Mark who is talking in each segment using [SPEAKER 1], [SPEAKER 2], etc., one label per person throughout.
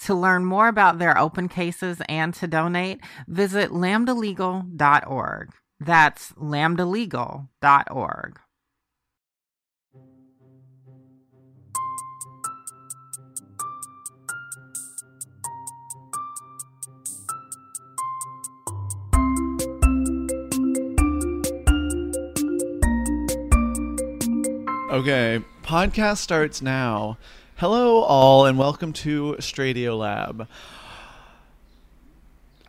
[SPEAKER 1] To learn more about their open cases and to donate, visit lambdalegal.org. That's lambdalegal.org.
[SPEAKER 2] Okay, podcast starts now. Hello, all, and welcome to Stradio Lab.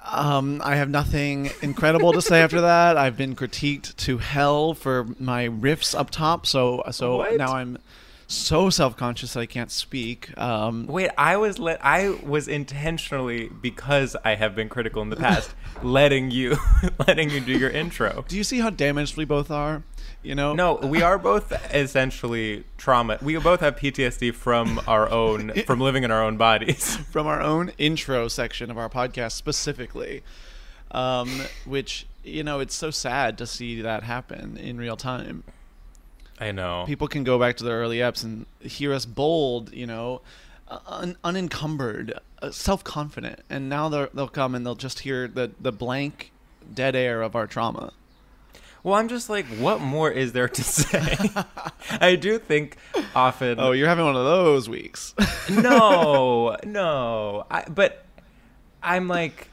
[SPEAKER 2] Um, I have nothing incredible to say after that. I've been critiqued to hell for my riffs up top, so so
[SPEAKER 3] What?
[SPEAKER 2] now I'm so self conscious that I can't speak. Um,
[SPEAKER 3] Wait, I was let I was intentionally because I have been critical in the past, letting you letting you do your intro.
[SPEAKER 2] do you see how damaged we both are? You know,
[SPEAKER 3] No, we are both essentially trauma. We both have PTSD from our own from living in our own bodies.
[SPEAKER 2] from our own intro section of our podcast specifically, um, which you know it's so sad to see that happen in real time.
[SPEAKER 3] I know.
[SPEAKER 2] people can go back to their early eps and hear us bold, you know, un- unencumbered, uh, self-confident, and now they're- they'll come and they'll just hear the the blank, dead air of our trauma.
[SPEAKER 3] Well, I'm just like, what more is there to say? I do think often
[SPEAKER 2] Oh, you're having one of those weeks.
[SPEAKER 3] no, no. I, but I'm like,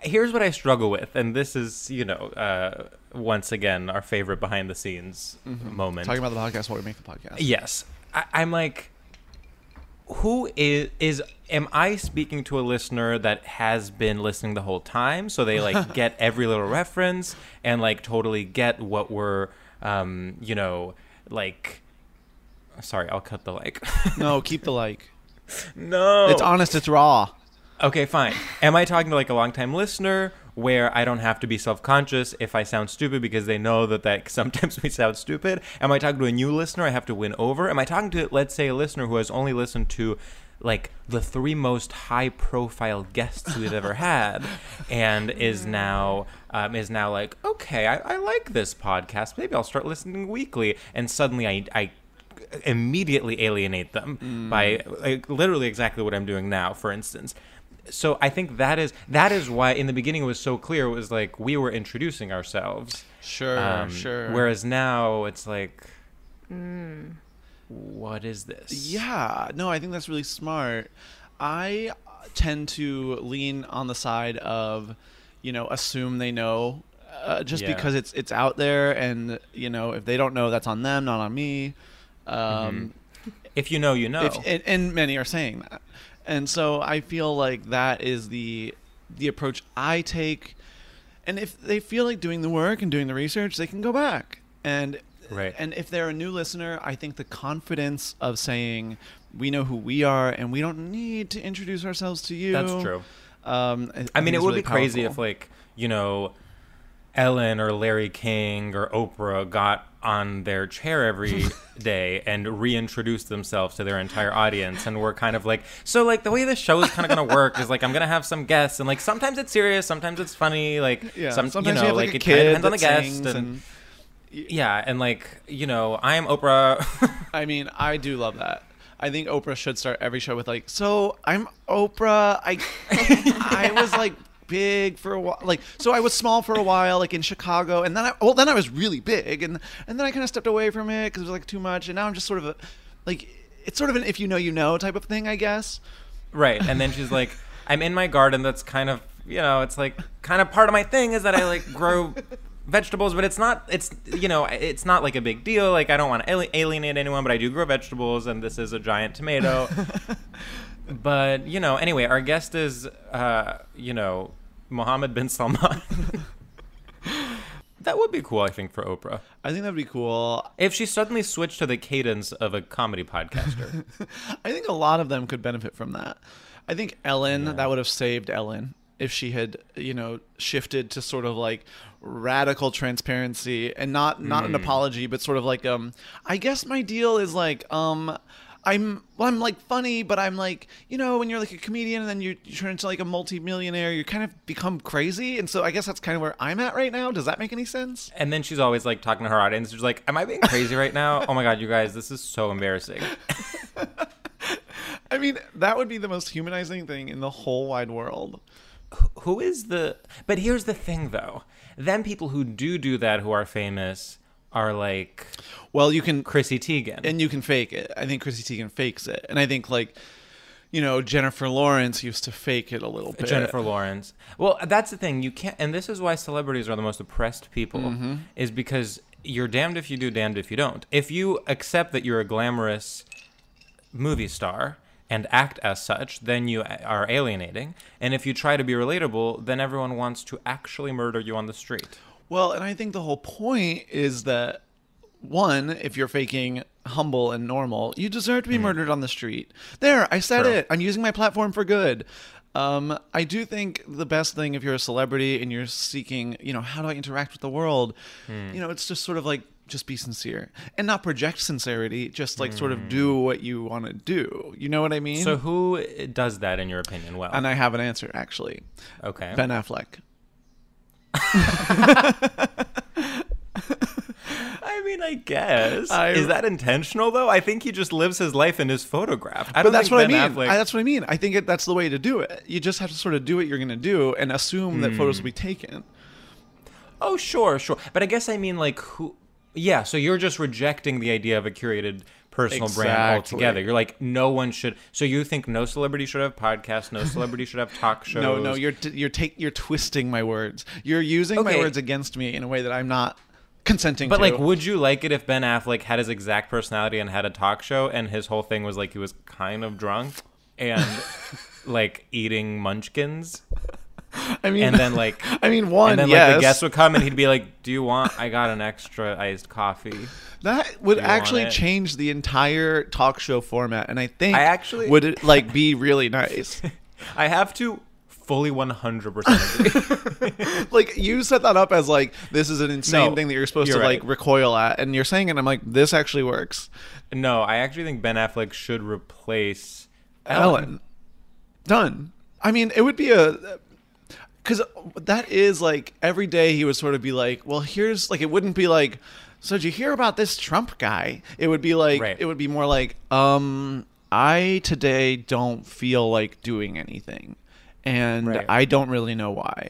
[SPEAKER 3] here's what I struggle with, and this is, you know, uh, once again our favorite behind the scenes moment.
[SPEAKER 2] Mm-hmm. Talking about the podcast while we make the podcast.
[SPEAKER 3] yes, I, I'm like, who is is am I speaking to a listener that has been listening the whole time, so they like get every little reference and like totally get what we're, um, you know, like. Sorry, I'll cut the like.
[SPEAKER 2] No, keep the like.
[SPEAKER 3] no,
[SPEAKER 2] It's honest. It's raw.
[SPEAKER 3] Okay, fine. Am I talking to like a longtime listener where I don't have to be self conscious if I sound stupid because they know that that sometimes we sound stupid? Am I talking to a new listener I have to win over? Am I talking to let's say a listener who has only listened to like the three most high profile guests we've ever had and is now um, is now like okay I, I like this podcast maybe i'll start listening weekly and suddenly i, I immediately alienate them by
[SPEAKER 2] Mm.
[SPEAKER 3] like, literally exactly what I'm doing now, for instance. So I think that is that is why in the beginning it was so clear. It was like we were introducing ourselves.
[SPEAKER 2] Sure,
[SPEAKER 3] Um,
[SPEAKER 2] sure.
[SPEAKER 3] Whereas now it's like, what is this?
[SPEAKER 2] Yeah, no, I think that's really smart. I uh, tend to lean on the side of, you know, assume they know, uh, just
[SPEAKER 3] Yeah.
[SPEAKER 2] because it's it's out there, and you know, if they don't know, that's on them, not on me. Um,
[SPEAKER 3] If you know, you know.
[SPEAKER 2] if, and, and many are saying that, And so I feel like that is the the approach I take. And if they feel like doing the work and doing the research, they can go back. And
[SPEAKER 3] Right.
[SPEAKER 2] and if they're a new listener, I think the confidence of saying we know who we are and we don't need to introduce ourselves to you.
[SPEAKER 3] That's true.
[SPEAKER 2] Um,
[SPEAKER 3] I mean,
[SPEAKER 2] think
[SPEAKER 3] it
[SPEAKER 2] is
[SPEAKER 3] would
[SPEAKER 2] really
[SPEAKER 3] be crazy
[SPEAKER 2] powerful.
[SPEAKER 3] if, like, you know, Ellen or Larry King or Oprah got on their chair every day and reintroduced themselves to their entire audience and were kind of like, so, like, the way this show is kind of going to work is like, I'm going to have some guests, and like, sometimes it's serious, sometimes it's funny, like,
[SPEAKER 2] Yeah,
[SPEAKER 3] some,
[SPEAKER 2] sometimes
[SPEAKER 3] you
[SPEAKER 2] you
[SPEAKER 3] know,
[SPEAKER 2] have, like,
[SPEAKER 3] like,
[SPEAKER 2] a
[SPEAKER 3] it kind of
[SPEAKER 2] kid
[SPEAKER 3] depends on the
[SPEAKER 2] that
[SPEAKER 3] guest.
[SPEAKER 2] sings
[SPEAKER 3] And,
[SPEAKER 2] and-
[SPEAKER 3] yeah, and like, you know, I am Oprah.
[SPEAKER 2] I mean, I do love that. I think Oprah should start every show with like, "So I'm Oprah. I I was like big for a while, like so I was small for a while, like in Chicago, and then I well then I was really big, and and then I kind of stepped away from it because it was like too much, and now I'm just sort of a, like it's sort of an if you know you know type of thing, I guess.
[SPEAKER 3] Right. And then she's like, I'm in my garden that's kind of, you know, it's like kind of part of my thing is that I like grow vegetables, but it's not, it's, you know, it's not like a big deal. Like, I don't want to alienate anyone, but I do grow vegetables and this is a giant tomato. but, you know, anyway, our guest is, uh, you know, Mohammed bin Salman. that would be cool, I think, for Oprah.
[SPEAKER 2] I think that'd be cool.
[SPEAKER 3] If she suddenly switched to the cadence of a comedy podcaster.
[SPEAKER 2] I think a lot of them could benefit from that. I think Ellen, that would have saved Ellen if she had, you know, shifted to sort of like radical transparency and not not an apology, but sort of like um I guess my deal is like um I'm well, I'm like funny, but I'm like you know when you're like a comedian and then you, you turn into like a multimillionaire, you kind of become crazy, and so I guess that's kind of where I'm at right now. Does that make any sense?
[SPEAKER 3] And then she's always like talking to her audience. She's like, "Am I being crazy right now? Oh my god, you guys, this is so embarrassing."
[SPEAKER 2] I mean, that would be the most humanizing thing in the whole wide world.
[SPEAKER 3] Who is the? But here's the thing, though. Then people who do do that, who are famous, are like
[SPEAKER 2] Well, you can
[SPEAKER 3] Chrissy Teigen.
[SPEAKER 2] and you can fake it. I think Chrissy Teigen fakes it, and I think like, you know, Jennifer Lawrence used to fake it a little bit.
[SPEAKER 3] Jennifer Lawrence. Well, that's the thing. You can't, and this is why celebrities are the most oppressed people,
[SPEAKER 2] Mm-hmm.
[SPEAKER 3] is because you're damned if you do, damned if you don't. If you accept that you're a glamorous movie star and act as such, then you a- are alienating. And if you try to be relatable, then everyone wants to actually murder you on the street.
[SPEAKER 2] Well, and I think the whole point is that one, if you're faking humble and normal, you deserve to be murdered on the street. There, I said
[SPEAKER 3] Mm-hmm. True.
[SPEAKER 2] it. I'm using my platform for good. Um, I do think the best thing if you're a celebrity and you're seeking, you know, how do I interact with the world?
[SPEAKER 3] Hmm.
[SPEAKER 2] You know, it's just sort of like just be sincere and not project sincerity. Just like sort
[SPEAKER 3] Hmm.
[SPEAKER 2] of do what you want to do. You know what I mean?
[SPEAKER 3] So who does that, in your opinion? Well,
[SPEAKER 2] and I have an answer actually.
[SPEAKER 3] okay.
[SPEAKER 2] Ben uh, Affleck.
[SPEAKER 3] I mean, I guess
[SPEAKER 2] I-
[SPEAKER 3] is that intentional though? I think he just lives his life in his photograph. I
[SPEAKER 2] But
[SPEAKER 3] don't
[SPEAKER 2] that's
[SPEAKER 3] think
[SPEAKER 2] what
[SPEAKER 3] Ben
[SPEAKER 2] I mean.
[SPEAKER 3] Affleck-
[SPEAKER 2] I, that's what I mean. I think it, that's the way to do it. You just have to sort of do what you're going to do and assume that photos
[SPEAKER 3] Hmm.
[SPEAKER 2] will be taken.
[SPEAKER 3] Oh, sure, sure. But I guess I mean like who Yeah, so you're just rejecting the idea of a curated personal brand
[SPEAKER 2] Exactly.
[SPEAKER 3] altogether. You're like no one should So you think no celebrity should have podcasts, no celebrity should have talk shows.
[SPEAKER 2] No, no, you're t- you're take you're twisting my words. You're using my
[SPEAKER 3] Okay.
[SPEAKER 2] words against me in a way that I'm not consenting
[SPEAKER 3] But
[SPEAKER 2] to.
[SPEAKER 3] like would you like it if Ben Affleck had his exact personality and had a talk show and his whole thing was like he was kind of drunk and like eating munchkins?
[SPEAKER 2] I mean,
[SPEAKER 3] and then, like-
[SPEAKER 2] I mean, one
[SPEAKER 3] and then
[SPEAKER 2] yes,
[SPEAKER 3] like the guests would come and he'd be like, "Do you want I got an extra iced coffee?"
[SPEAKER 2] that would
[SPEAKER 3] you want
[SPEAKER 2] actually
[SPEAKER 3] it?
[SPEAKER 2] change the entire talk show format, and I think
[SPEAKER 3] I actually-
[SPEAKER 2] would it, like be really nice.
[SPEAKER 3] I have to fully 100% agree.
[SPEAKER 2] like you set that up as like this is an insane
[SPEAKER 3] No,
[SPEAKER 2] thing that you're supposed
[SPEAKER 3] you're
[SPEAKER 2] to
[SPEAKER 3] right.
[SPEAKER 2] like recoil at, and you're saying it. and I'm like, this actually works.
[SPEAKER 3] No, I actually think Ben Affleck should replace
[SPEAKER 2] Ellen. Done. I mean, it would be a because that is like every day he would sort of be like, well, here's like it wouldn't be like. So did you hear about this Trump guy? It would be like
[SPEAKER 3] Right.
[SPEAKER 2] it would be more like, um, I today don't feel like doing anything, and
[SPEAKER 3] Right.
[SPEAKER 2] I don't really know why.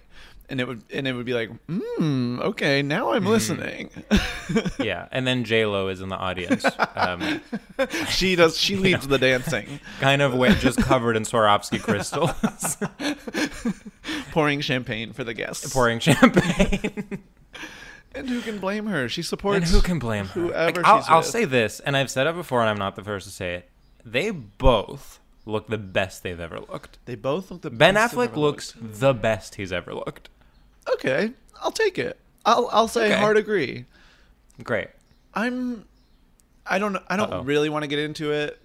[SPEAKER 2] And it would and it would be like, hmm, okay, now I'm listening.
[SPEAKER 3] yeah, and then J Lo is in the audience, um,
[SPEAKER 2] she does. She leads the dancing,
[SPEAKER 3] kind of wa- just covered in Swarovski crystals,
[SPEAKER 2] pouring champagne for the guests.
[SPEAKER 3] pouring champagne.
[SPEAKER 2] And who can blame her? She supports.
[SPEAKER 3] and who can blame her?
[SPEAKER 2] whoever
[SPEAKER 3] I'll,
[SPEAKER 2] she's
[SPEAKER 3] I'll
[SPEAKER 2] with.
[SPEAKER 3] say this, and I've said it before, and I'm not the first to say it. They both look the best they've ever looked.
[SPEAKER 2] They both look the
[SPEAKER 3] Ben
[SPEAKER 2] best they've
[SPEAKER 3] Affleck
[SPEAKER 2] ever
[SPEAKER 3] looks the best he's ever looked.
[SPEAKER 2] looked. okay. I'll take it. I'll I'll say
[SPEAKER 3] Okay.
[SPEAKER 2] hard agree.
[SPEAKER 3] Great.
[SPEAKER 2] I'm I don't I don't
[SPEAKER 3] Uh-oh.
[SPEAKER 2] really want to get into it,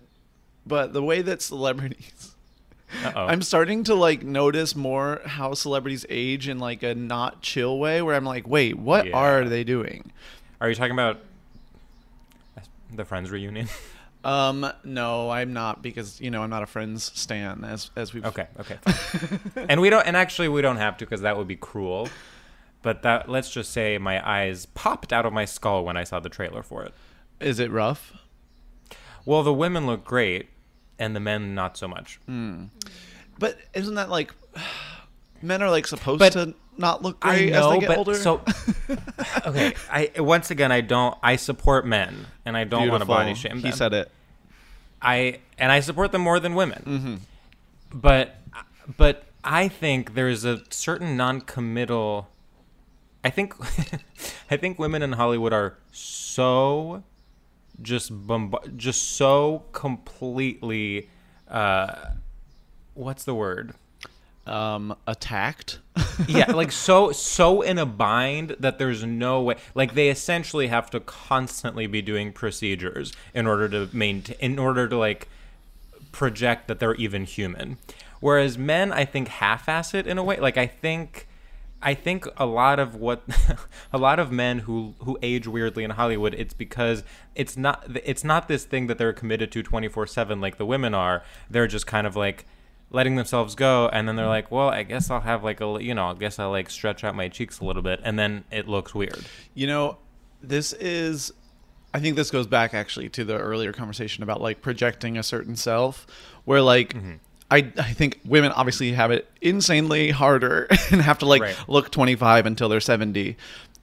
[SPEAKER 2] but the way that celebrities
[SPEAKER 3] Uh-oh.
[SPEAKER 2] I'm starting to like notice more how celebrities age in like a not chill way where I'm like, "Wait, what
[SPEAKER 3] Yeah.
[SPEAKER 2] are they doing?"
[SPEAKER 3] Are you talking about the Friends reunion?
[SPEAKER 2] Um no, I'm not because, you know, I'm not a friends stan as as we've
[SPEAKER 3] okay, okay. fine. and we don't and actually we don't have to cuz that would be cruel. But that let's just say my eyes popped out of my skull when I saw the trailer for it.
[SPEAKER 2] Is it rough?
[SPEAKER 3] Well, the women look great and the men not so much.
[SPEAKER 2] Mm. But isn't that like men are like supposed
[SPEAKER 3] But
[SPEAKER 2] to not look
[SPEAKER 3] I
[SPEAKER 2] great as
[SPEAKER 3] know,
[SPEAKER 2] they get
[SPEAKER 3] but
[SPEAKER 2] older?
[SPEAKER 3] so okay. I once again, I don't. I support men, and I don't want to
[SPEAKER 2] Beautiful.
[SPEAKER 3] body shame them.
[SPEAKER 2] He said it.
[SPEAKER 3] I and I support them more than women. But but I think there is a certain non-committal. I think I think women in Hollywood are so just bomb- just so completely. Uh, what's the word?
[SPEAKER 2] Um attacked.
[SPEAKER 3] yeah, like so so in a bind that there's no way. Like they essentially have to constantly be doing procedures in order to maintain, in order to like project that they're even human. Whereas men, I think, half-ass it in a way. Like I think, I think a lot of what, a lot of men who who age weirdly in Hollywood, it's because it's not it's not this thing that they're committed to twenty four seven like the women are. They're just kind of like letting themselves go, and then they're like, well, I guess I'll have like a li- you know, I guess I'll like stretch out my cheeks a little bit, and then it looks weird.
[SPEAKER 2] You know, this is. I think this goes back actually to the earlier conversation about like projecting a certain self, where like. I, I think women obviously have it insanely harder and have to like
[SPEAKER 3] Right.
[SPEAKER 2] look 25 until they're 70.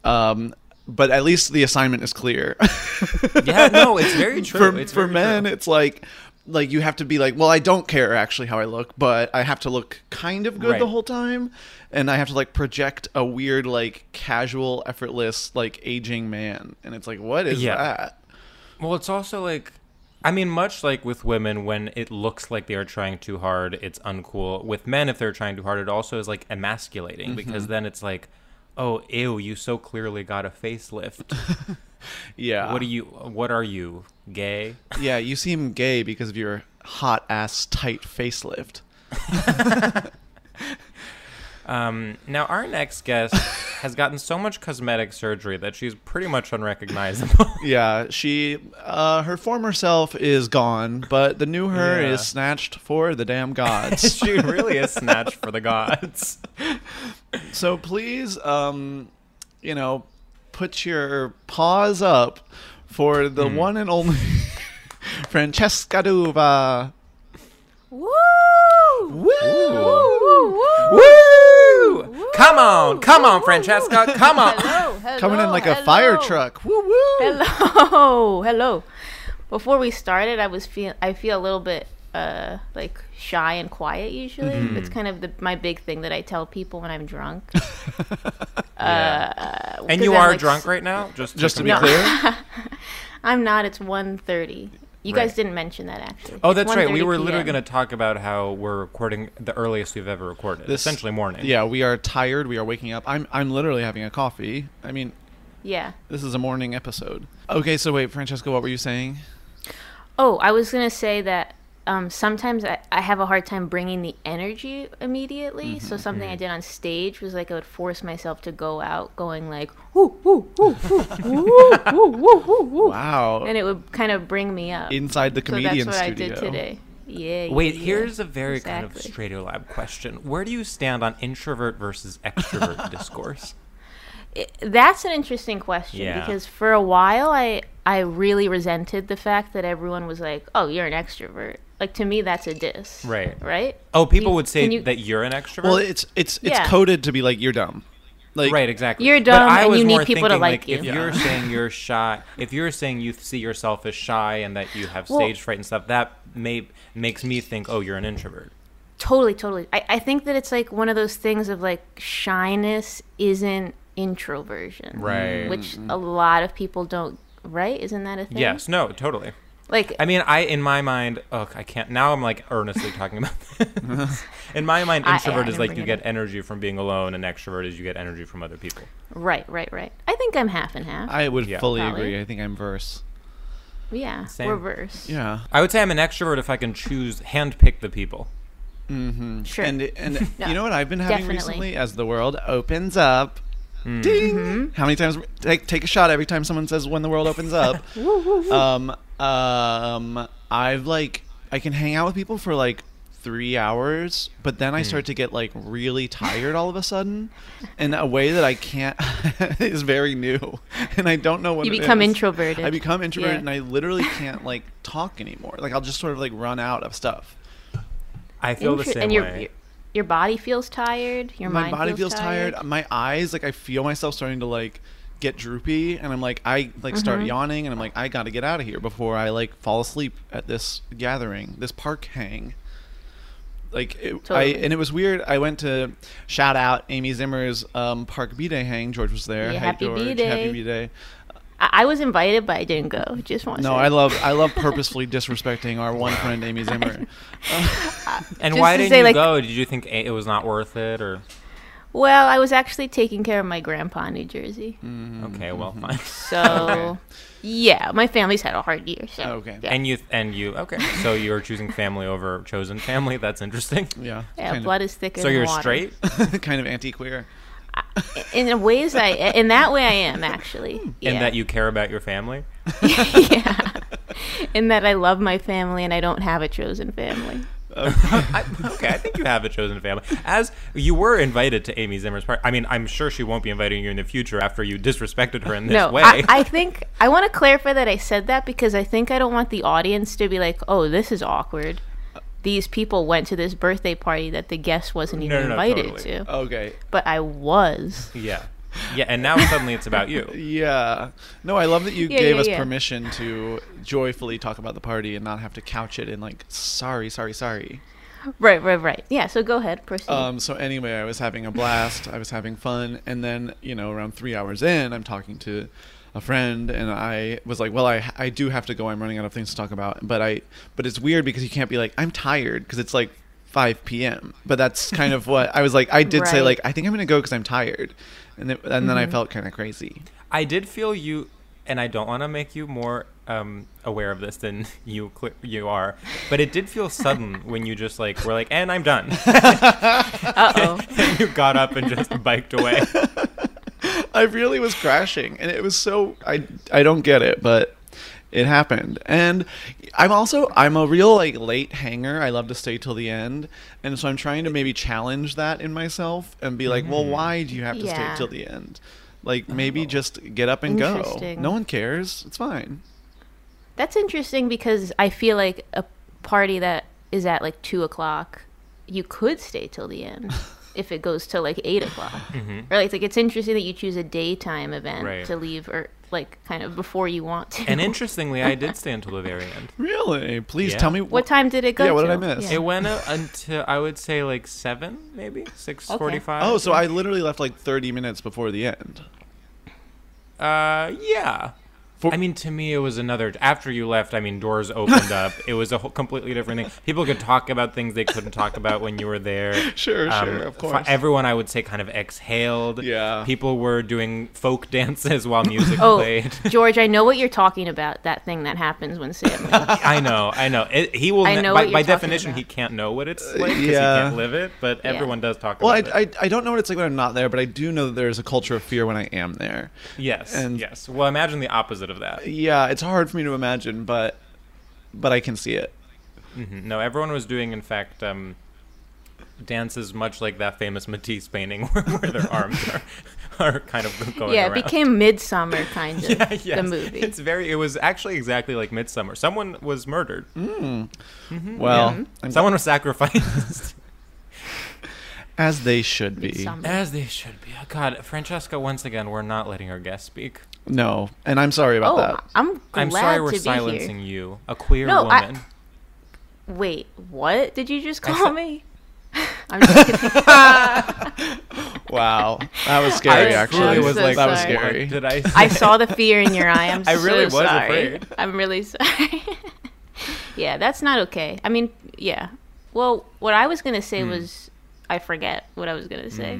[SPEAKER 2] Um, but at least the assignment is clear.
[SPEAKER 3] Yeah, no, it's very true.
[SPEAKER 2] for
[SPEAKER 3] it's
[SPEAKER 2] for
[SPEAKER 3] very
[SPEAKER 2] men,
[SPEAKER 3] true.
[SPEAKER 2] it's like like you have to be like, well, I don't care actually how I look, but I have to look kind of good
[SPEAKER 3] Right.
[SPEAKER 2] the whole time, and I have to like project a weird like casual, effortless like aging man, and it's like, what is
[SPEAKER 3] Yeah.
[SPEAKER 2] that?
[SPEAKER 3] Well, it's also like, I mean, much like with women, when it looks like they are trying too hard, it's uncool. With men, if they're trying too hard, it also is like emasculating because then it's like, oh, ew, you so clearly got a facelift.
[SPEAKER 2] Yeah,
[SPEAKER 3] what are you? What are you? Gay?
[SPEAKER 2] yeah, you seem gay because of your hot ass tight facelift.
[SPEAKER 3] Um, now, our next guest has gotten so much cosmetic surgery that she's pretty much unrecognizable.
[SPEAKER 2] Yeah, she uh, her former self is gone, but the new her
[SPEAKER 3] Yeah.
[SPEAKER 2] is snatched for the damn gods.
[SPEAKER 3] she really is snatched for the gods.
[SPEAKER 2] So please, um, you know, put your paws up for the one and only Francesca Duva.
[SPEAKER 4] Woo!
[SPEAKER 2] Woo!
[SPEAKER 3] Woo! Come on, come on, Francesca, come on.
[SPEAKER 5] Hello, hello.
[SPEAKER 2] Coming in like a fire
[SPEAKER 5] hello.
[SPEAKER 2] truck. Woo woo!
[SPEAKER 5] Hello, hello. Before we started, I was feel I feel a little bit uh like shy and quiet usually.
[SPEAKER 3] Mm-hmm.
[SPEAKER 5] It's kind of the, my big thing that I tell people when I'm drunk.
[SPEAKER 3] And
[SPEAKER 5] Uh, 'Cause
[SPEAKER 3] you
[SPEAKER 5] I'm,
[SPEAKER 3] are
[SPEAKER 5] like,
[SPEAKER 3] drunk
[SPEAKER 5] s-
[SPEAKER 3] right now? Just
[SPEAKER 2] Just to be
[SPEAKER 3] confirm.
[SPEAKER 2] clear,
[SPEAKER 5] I'm not. It's 1.30. You
[SPEAKER 3] Right.
[SPEAKER 5] guys didn't mention that actually.
[SPEAKER 3] Oh,
[SPEAKER 5] It's
[SPEAKER 3] that's right. We
[SPEAKER 5] 1:30
[SPEAKER 3] were literally
[SPEAKER 5] PM.
[SPEAKER 3] going to talk about how we're recording the earliest we've ever recorded,
[SPEAKER 2] This-
[SPEAKER 3] essentially morning.
[SPEAKER 2] yeah, we are tired. We are waking up. I'm I'm literally having a coffee. I mean,
[SPEAKER 5] Yeah.
[SPEAKER 2] this is a morning episode. Okay, so wait, Francesca, what were you saying?
[SPEAKER 5] Oh, I was gonna say that um, sometimes I, I have a hard time bringing the energy immediately. So something I did on stage was like I would force myself to go out, going like woo woo woo woo woo woo woo woo woo,
[SPEAKER 2] Wow,
[SPEAKER 5] and it would kind of bring me up.
[SPEAKER 2] inside the
[SPEAKER 5] so
[SPEAKER 2] comedian
[SPEAKER 5] that's what I
[SPEAKER 2] studio.
[SPEAKER 5] did today. Yeah.
[SPEAKER 3] Wait,
[SPEAKER 5] yeah,
[SPEAKER 3] here's a very kind of
[SPEAKER 5] exactly.
[SPEAKER 3] Strato Lab question. Where do you stand on introvert versus extrovert discourse?
[SPEAKER 5] that's an interesting question
[SPEAKER 3] Yeah.
[SPEAKER 5] because for a while I I really resented the fact that everyone was like, "Oh, you're an extrovert." Like to me, that's a diss.
[SPEAKER 3] Right.
[SPEAKER 5] Right.
[SPEAKER 3] Oh, people
[SPEAKER 5] You-
[SPEAKER 3] would say
[SPEAKER 5] can you-
[SPEAKER 3] that you're an extrovert?
[SPEAKER 2] Well, it's it's it's
[SPEAKER 5] Yeah.
[SPEAKER 2] coded to be like you're dumb. Like
[SPEAKER 3] right, exactly.
[SPEAKER 5] You're
[SPEAKER 3] But
[SPEAKER 5] dumb
[SPEAKER 3] I
[SPEAKER 5] and
[SPEAKER 3] was
[SPEAKER 5] you need
[SPEAKER 3] more
[SPEAKER 5] people to
[SPEAKER 3] thinking,
[SPEAKER 5] like you.
[SPEAKER 3] If
[SPEAKER 5] Yeah.
[SPEAKER 3] you're saying you're shy, if you're saying you see yourself as shy and that you have
[SPEAKER 5] Well-
[SPEAKER 3] stage fright and stuff, that may makes me think, oh, you're an introvert.
[SPEAKER 5] Totally, totally. I, I think that it's like one of those things of like shyness isn't introversion.
[SPEAKER 3] Right.
[SPEAKER 5] Which a lot of people don't, right? Isn't that a thing?
[SPEAKER 3] Yes, no, totally.
[SPEAKER 5] Like
[SPEAKER 3] I mean, I in my mind, ugh, I can't. Now I'm like earnestly talking about this. in my mind,
[SPEAKER 5] I- yeah,
[SPEAKER 3] introvert
[SPEAKER 5] I
[SPEAKER 3] is
[SPEAKER 5] didn't
[SPEAKER 3] like
[SPEAKER 5] bring
[SPEAKER 3] you
[SPEAKER 5] it
[SPEAKER 3] get energy from being alone, and extrovert is you get energy from other people.
[SPEAKER 5] Right, right, right. I think I'm half and half.
[SPEAKER 2] I would
[SPEAKER 3] Yeah.
[SPEAKER 2] fully
[SPEAKER 5] Probably.
[SPEAKER 2] agree. I think I'm verse.
[SPEAKER 5] yeah,
[SPEAKER 3] Same.
[SPEAKER 5] reverse.
[SPEAKER 2] Yeah.
[SPEAKER 3] I would say I'm an extrovert if I can choose, handpick the people.
[SPEAKER 5] Sure.
[SPEAKER 2] And and you know what I've been having
[SPEAKER 5] Definitely.
[SPEAKER 2] recently as the world opens up. Ding.
[SPEAKER 5] Mm-hmm.
[SPEAKER 2] How many times take take a shot every time someone says when the world opens up. um um I've like I can hang out with people for like 3 hours, but then I start to get like really tired all of a sudden in a way that I can't is very new and I don't know what
[SPEAKER 5] You
[SPEAKER 2] it
[SPEAKER 5] become
[SPEAKER 2] is.
[SPEAKER 5] introverted.
[SPEAKER 2] I become introverted
[SPEAKER 5] Yeah.
[SPEAKER 2] and I literally can't like talk anymore. Like I'll just sort of like run out of stuff.
[SPEAKER 3] I feel the
[SPEAKER 5] Intre-
[SPEAKER 3] same
[SPEAKER 5] and your,
[SPEAKER 3] way.
[SPEAKER 5] your your body feels tired. Your
[SPEAKER 2] my
[SPEAKER 5] mind
[SPEAKER 2] body
[SPEAKER 5] feels, tired.
[SPEAKER 2] my eyes like i feel myself starting to like get droopy and i'm like i like start
[SPEAKER 5] Mm-hmm.
[SPEAKER 2] yawning and i'm like i gotta get out of here before i like fall asleep at this gathering this park hang like it,
[SPEAKER 5] Totally.
[SPEAKER 2] I and it was weird. I went to shout out Amy Zimmer's um, Park B Day hang. George was there.
[SPEAKER 5] Yeah,
[SPEAKER 2] Hey,
[SPEAKER 5] happy
[SPEAKER 2] George.
[SPEAKER 5] B-Day.
[SPEAKER 2] Happy B Day.
[SPEAKER 5] I, I was invited, but I didn't go. Just want to
[SPEAKER 2] No,
[SPEAKER 5] say.
[SPEAKER 2] I love I love purposefully disrespecting our one friend Amy Zimmer.
[SPEAKER 3] and
[SPEAKER 5] just
[SPEAKER 3] why
[SPEAKER 5] to
[SPEAKER 3] didn't
[SPEAKER 5] say,
[SPEAKER 3] you
[SPEAKER 5] like-
[SPEAKER 3] go? Did you think eh, it was not worth it, or
[SPEAKER 5] Well, I was actually taking care of my grandpa in New Jersey,
[SPEAKER 3] Mm. okay, well,
[SPEAKER 5] Mm-hmm.
[SPEAKER 3] fine.
[SPEAKER 5] so yeah, my family's had a hard year.
[SPEAKER 3] Oh.
[SPEAKER 5] So
[SPEAKER 2] Okay.
[SPEAKER 5] yeah,
[SPEAKER 3] And you and you okay? So you're choosing family over chosen family. That's interesting.
[SPEAKER 2] Yeah,
[SPEAKER 5] yeah
[SPEAKER 2] kind,
[SPEAKER 5] blood is thicker.
[SPEAKER 3] So
[SPEAKER 5] than
[SPEAKER 3] you're
[SPEAKER 5] water.
[SPEAKER 3] straight.
[SPEAKER 2] of, kind of anti queer.
[SPEAKER 5] In a ways, I in that way I am actually. Yeah.
[SPEAKER 3] in that you care about your family.
[SPEAKER 5] yeah. In that I love my family and I don't have a chosen family.
[SPEAKER 3] I, okay, I think you have a chosen family. As you were invited to Amy Zimmer's party. I mean, I'm sure she won't be inviting you in the future after you disrespected her in this
[SPEAKER 5] no,
[SPEAKER 3] way.
[SPEAKER 5] I, I think I want to clarify that I said that because I think I don't want the audience to be like, "Oh, this is awkward." These people went to this birthday party that the guest wasn't even
[SPEAKER 3] no, no,
[SPEAKER 5] invited
[SPEAKER 3] totally.
[SPEAKER 5] to,
[SPEAKER 2] Okay,
[SPEAKER 5] but I was.
[SPEAKER 3] yeah, yeah, and now suddenly it's about you.
[SPEAKER 2] Yeah. No, I love that you
[SPEAKER 5] Yeah,
[SPEAKER 2] gave
[SPEAKER 5] yeah,
[SPEAKER 2] us
[SPEAKER 5] yeah.
[SPEAKER 2] permission to joyfully talk about the party and not have to couch it in like sorry, sorry, sorry.
[SPEAKER 5] Right, right, right. Yeah. So go ahead, proceed.
[SPEAKER 2] Um so anyway, I was having a blast, I was having fun, and then, you know, around 3 hours in, I'm talking to a friend and I was like, "Well, I I do have to go. I'm running out of things to talk about." But I but it's weird because you can't be like, "I'm tired" because it's like 5 p.m. But that's kind of what I was like, I did say
[SPEAKER 5] Right. Mm-hmm.
[SPEAKER 2] like, "I think I'm going to go because I'm tired." And it, and then I felt kind of crazy.
[SPEAKER 3] I did feel you, and I don't want to make you more um, aware of this than you cle you are, but it did feel sudden when you just like were like, and I'm done.
[SPEAKER 5] uh oh.
[SPEAKER 3] and you got up and just biked away.
[SPEAKER 2] I really was crashing, and it was so I I don't get it, but it happened. And I'm also I'm a real like late hanger. I love to stay till the end, and so I'm trying to maybe challenge that in myself and be like,
[SPEAKER 3] Mm-hmm.
[SPEAKER 2] well, why do you have to
[SPEAKER 5] Yeah.
[SPEAKER 2] stay till the end? Like
[SPEAKER 3] Oh.
[SPEAKER 2] maybe just get up and go.
[SPEAKER 5] Interesting.
[SPEAKER 2] No one cares. It's fine.
[SPEAKER 5] That's interesting because I feel like a party that is at like two o'clock, you could stay till the end if it goes till like eight o'clock. Or like, it's like it's interesting that you choose a daytime event
[SPEAKER 3] Mm-hmm. Right.
[SPEAKER 5] to leave or like kind of before you want to.
[SPEAKER 3] And interestingly, I did stay until the very end.
[SPEAKER 2] Really? Please
[SPEAKER 3] Yeah.
[SPEAKER 2] tell me
[SPEAKER 5] what time did it go?
[SPEAKER 2] Yeah, what did I
[SPEAKER 5] till?
[SPEAKER 2] miss?
[SPEAKER 5] Yeah.
[SPEAKER 3] It went up until I would say like seven, maybe six forty-five.
[SPEAKER 2] Oh, so I literally left like 30 minutes before the end.
[SPEAKER 3] Uh, yeah. I mean, to me, it was another. After you left, I mean, doors opened up. It was a whole, completely different thing. People could talk about things they couldn't talk about when you were there. Um,
[SPEAKER 2] Sure, sure, of
[SPEAKER 3] fi-
[SPEAKER 2] course.
[SPEAKER 3] Everyone, I would say, kind of exhaled.
[SPEAKER 2] Yeah.
[SPEAKER 3] People were doing folk dances while music
[SPEAKER 5] Oh,
[SPEAKER 3] played.
[SPEAKER 5] George, I know what you're talking about. That thing that happens when Sam. leaves.
[SPEAKER 3] I know, I know. It, he will.
[SPEAKER 5] I
[SPEAKER 3] ne-
[SPEAKER 5] know
[SPEAKER 3] by,
[SPEAKER 5] what you're
[SPEAKER 3] by
[SPEAKER 5] talking
[SPEAKER 3] definition,
[SPEAKER 5] about.
[SPEAKER 3] he can't know what it's like because
[SPEAKER 2] Uh, yeah.
[SPEAKER 3] he can't live it. But everyone does talk
[SPEAKER 2] Well,
[SPEAKER 3] about
[SPEAKER 2] I,
[SPEAKER 3] it.
[SPEAKER 2] I, I don't know what it's like when I'm not there, but I do know that there's a culture of fear when I am there.
[SPEAKER 3] yes,
[SPEAKER 2] and-
[SPEAKER 3] yes. Well, imagine the opposite of that.
[SPEAKER 2] Yeah, it's hard for me to imagine, but but I can see it.
[SPEAKER 3] Mm-hmm. No, everyone was doing, in fact, um, dances much like that famous Matisse painting where, where their arms are, are kind of going
[SPEAKER 5] yeah, it
[SPEAKER 3] around.
[SPEAKER 5] became Midsummer kind of
[SPEAKER 3] Yes,
[SPEAKER 5] the movie.
[SPEAKER 3] It's very. It was actually exactly like Midsummer. Someone was murdered.
[SPEAKER 2] Mm-hmm.
[SPEAKER 3] Hmm,
[SPEAKER 2] Well,
[SPEAKER 5] Hmm.
[SPEAKER 2] I'm-
[SPEAKER 3] Someone was sacrificed.
[SPEAKER 2] as they should be.
[SPEAKER 5] Midsummer.
[SPEAKER 3] As they should be. Oh, God, Francesca. Once again, we're not letting our guest speak.
[SPEAKER 2] No, and I'm sorry about
[SPEAKER 5] Oh,
[SPEAKER 2] that.
[SPEAKER 5] I'm glad
[SPEAKER 3] I'm sorry
[SPEAKER 5] to
[SPEAKER 3] we're
[SPEAKER 5] be
[SPEAKER 3] silencing you, a queer
[SPEAKER 5] No, I-
[SPEAKER 3] woman.
[SPEAKER 5] here. Wait, what did you just
[SPEAKER 3] I
[SPEAKER 5] call
[SPEAKER 3] said-
[SPEAKER 5] me? I'm just kidding.
[SPEAKER 2] Wow, that was scary.
[SPEAKER 5] I
[SPEAKER 2] actually,
[SPEAKER 5] truly was
[SPEAKER 2] that
[SPEAKER 5] like,
[SPEAKER 2] was
[SPEAKER 5] "What
[SPEAKER 2] scary.
[SPEAKER 3] Did I?
[SPEAKER 5] I saw the fear in your eye. I'm
[SPEAKER 3] I really
[SPEAKER 5] so
[SPEAKER 3] was
[SPEAKER 5] sorry.
[SPEAKER 3] afraid.
[SPEAKER 5] I'm really sorry. yeah, that's not okay. I mean, yeah. Well, what I was gonna say
[SPEAKER 3] Hmm.
[SPEAKER 5] was I forget what I was gonna say.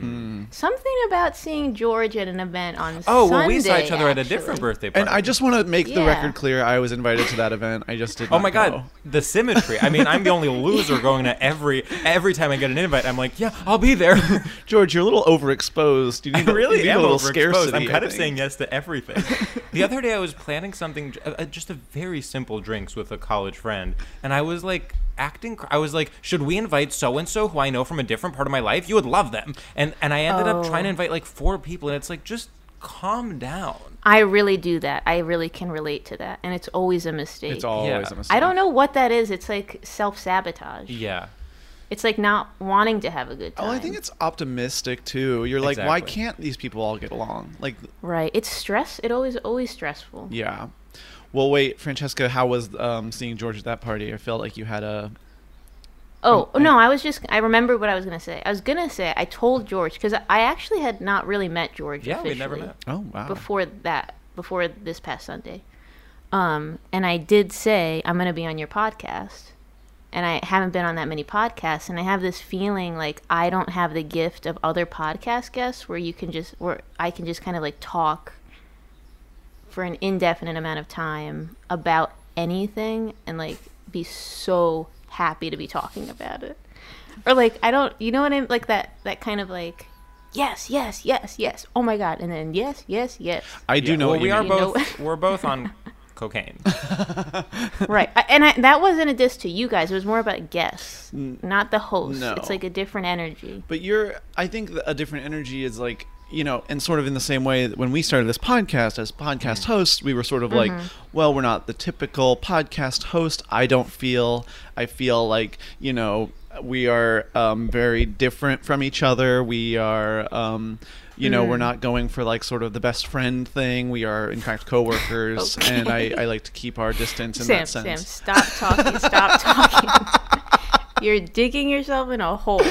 [SPEAKER 5] Something about seeing George at an event on
[SPEAKER 3] Mm-hmm. Oh,
[SPEAKER 5] Sunday.
[SPEAKER 3] well, we saw each other at a
[SPEAKER 5] actually.
[SPEAKER 3] different birthday party.
[SPEAKER 2] And I just want to make the
[SPEAKER 5] Yeah.
[SPEAKER 2] record clear: I was invited to that event. I just did.
[SPEAKER 3] Oh
[SPEAKER 2] not
[SPEAKER 3] my god,
[SPEAKER 2] go.
[SPEAKER 3] the symmetry. I mean, I'm the only loser going to every every time I get an invite. I'm like, yeah, I'll be there.
[SPEAKER 2] George, you're a little overexposed. You
[SPEAKER 3] I
[SPEAKER 2] need, you
[SPEAKER 3] really
[SPEAKER 2] need
[SPEAKER 3] am
[SPEAKER 2] a little
[SPEAKER 3] overexposed.
[SPEAKER 2] scarcity.
[SPEAKER 3] I'm
[SPEAKER 2] I
[SPEAKER 3] kind of
[SPEAKER 2] think.
[SPEAKER 3] saying yes to everything. the other day, I was planning something, uh, uh, just a very simple drinks with a college friend, and I was like acting. cr- I was like, should we invite so and so who I know from a different part of my life? You would love them. And and I ended up
[SPEAKER 5] Oh.
[SPEAKER 3] trying to invite like four people, and it's like just calm down.
[SPEAKER 5] I really do that. I really can relate to that, and it's always a mistake.
[SPEAKER 2] It's always
[SPEAKER 3] Yeah.
[SPEAKER 2] a mistake.
[SPEAKER 5] I don't know what that is. It's like self sabotage.
[SPEAKER 3] Yeah.
[SPEAKER 5] It's like not wanting to have a good time.
[SPEAKER 2] Well, Oh, I think it's optimistic too. You're like, why
[SPEAKER 3] Exactly.
[SPEAKER 2] can't these people all get along? Like,
[SPEAKER 5] right. It's stress. It always always stressful.
[SPEAKER 2] yeah. Well, wait, Francesca, how was um, seeing George at that party? I felt like you had a.
[SPEAKER 5] Oh no, I was just I remember what I was gonna say. I was gonna say I told George because I actually had not really met George.
[SPEAKER 3] Yeah, we
[SPEAKER 5] officially
[SPEAKER 3] never met.
[SPEAKER 2] Oh wow.
[SPEAKER 5] before that before this past Sunday, um, and I did say I'm gonna be on your podcast, and I haven't been on that many podcasts, and I have this feeling like I don't have the gift of other podcast guests where you can just where I can just kind of like talk for an indefinite amount of time about anything and like be so happy to be talking about it or like i don't you know what i'm like that that kind of like yes yes yes yes oh my god and then yes yes yes
[SPEAKER 2] I do
[SPEAKER 3] Yeah.
[SPEAKER 2] know
[SPEAKER 3] well,
[SPEAKER 2] what
[SPEAKER 3] we
[SPEAKER 2] you
[SPEAKER 3] are
[SPEAKER 2] mean.
[SPEAKER 5] know-
[SPEAKER 3] both we're both on cocaine.
[SPEAKER 5] right I, and I, that wasn't a diss to you guys it was more about guests not the host
[SPEAKER 2] no.
[SPEAKER 5] it's like a different energy
[SPEAKER 2] But you're, I think th- a different energy is like, you know, and sort of in the same way that when we started this podcast as podcast hosts, we were sort of like, well, we're not the typical podcast host. I don't feel, I feel like, you know, we are um, very different from each other. We are, um, you know, we're not going for like sort of the best friend thing. We are, in fact, coworkers, and I, I like to keep our distance in
[SPEAKER 5] sam
[SPEAKER 2] that
[SPEAKER 5] sam
[SPEAKER 2] sense.
[SPEAKER 5] stop talking stop talking you're digging yourself in a hole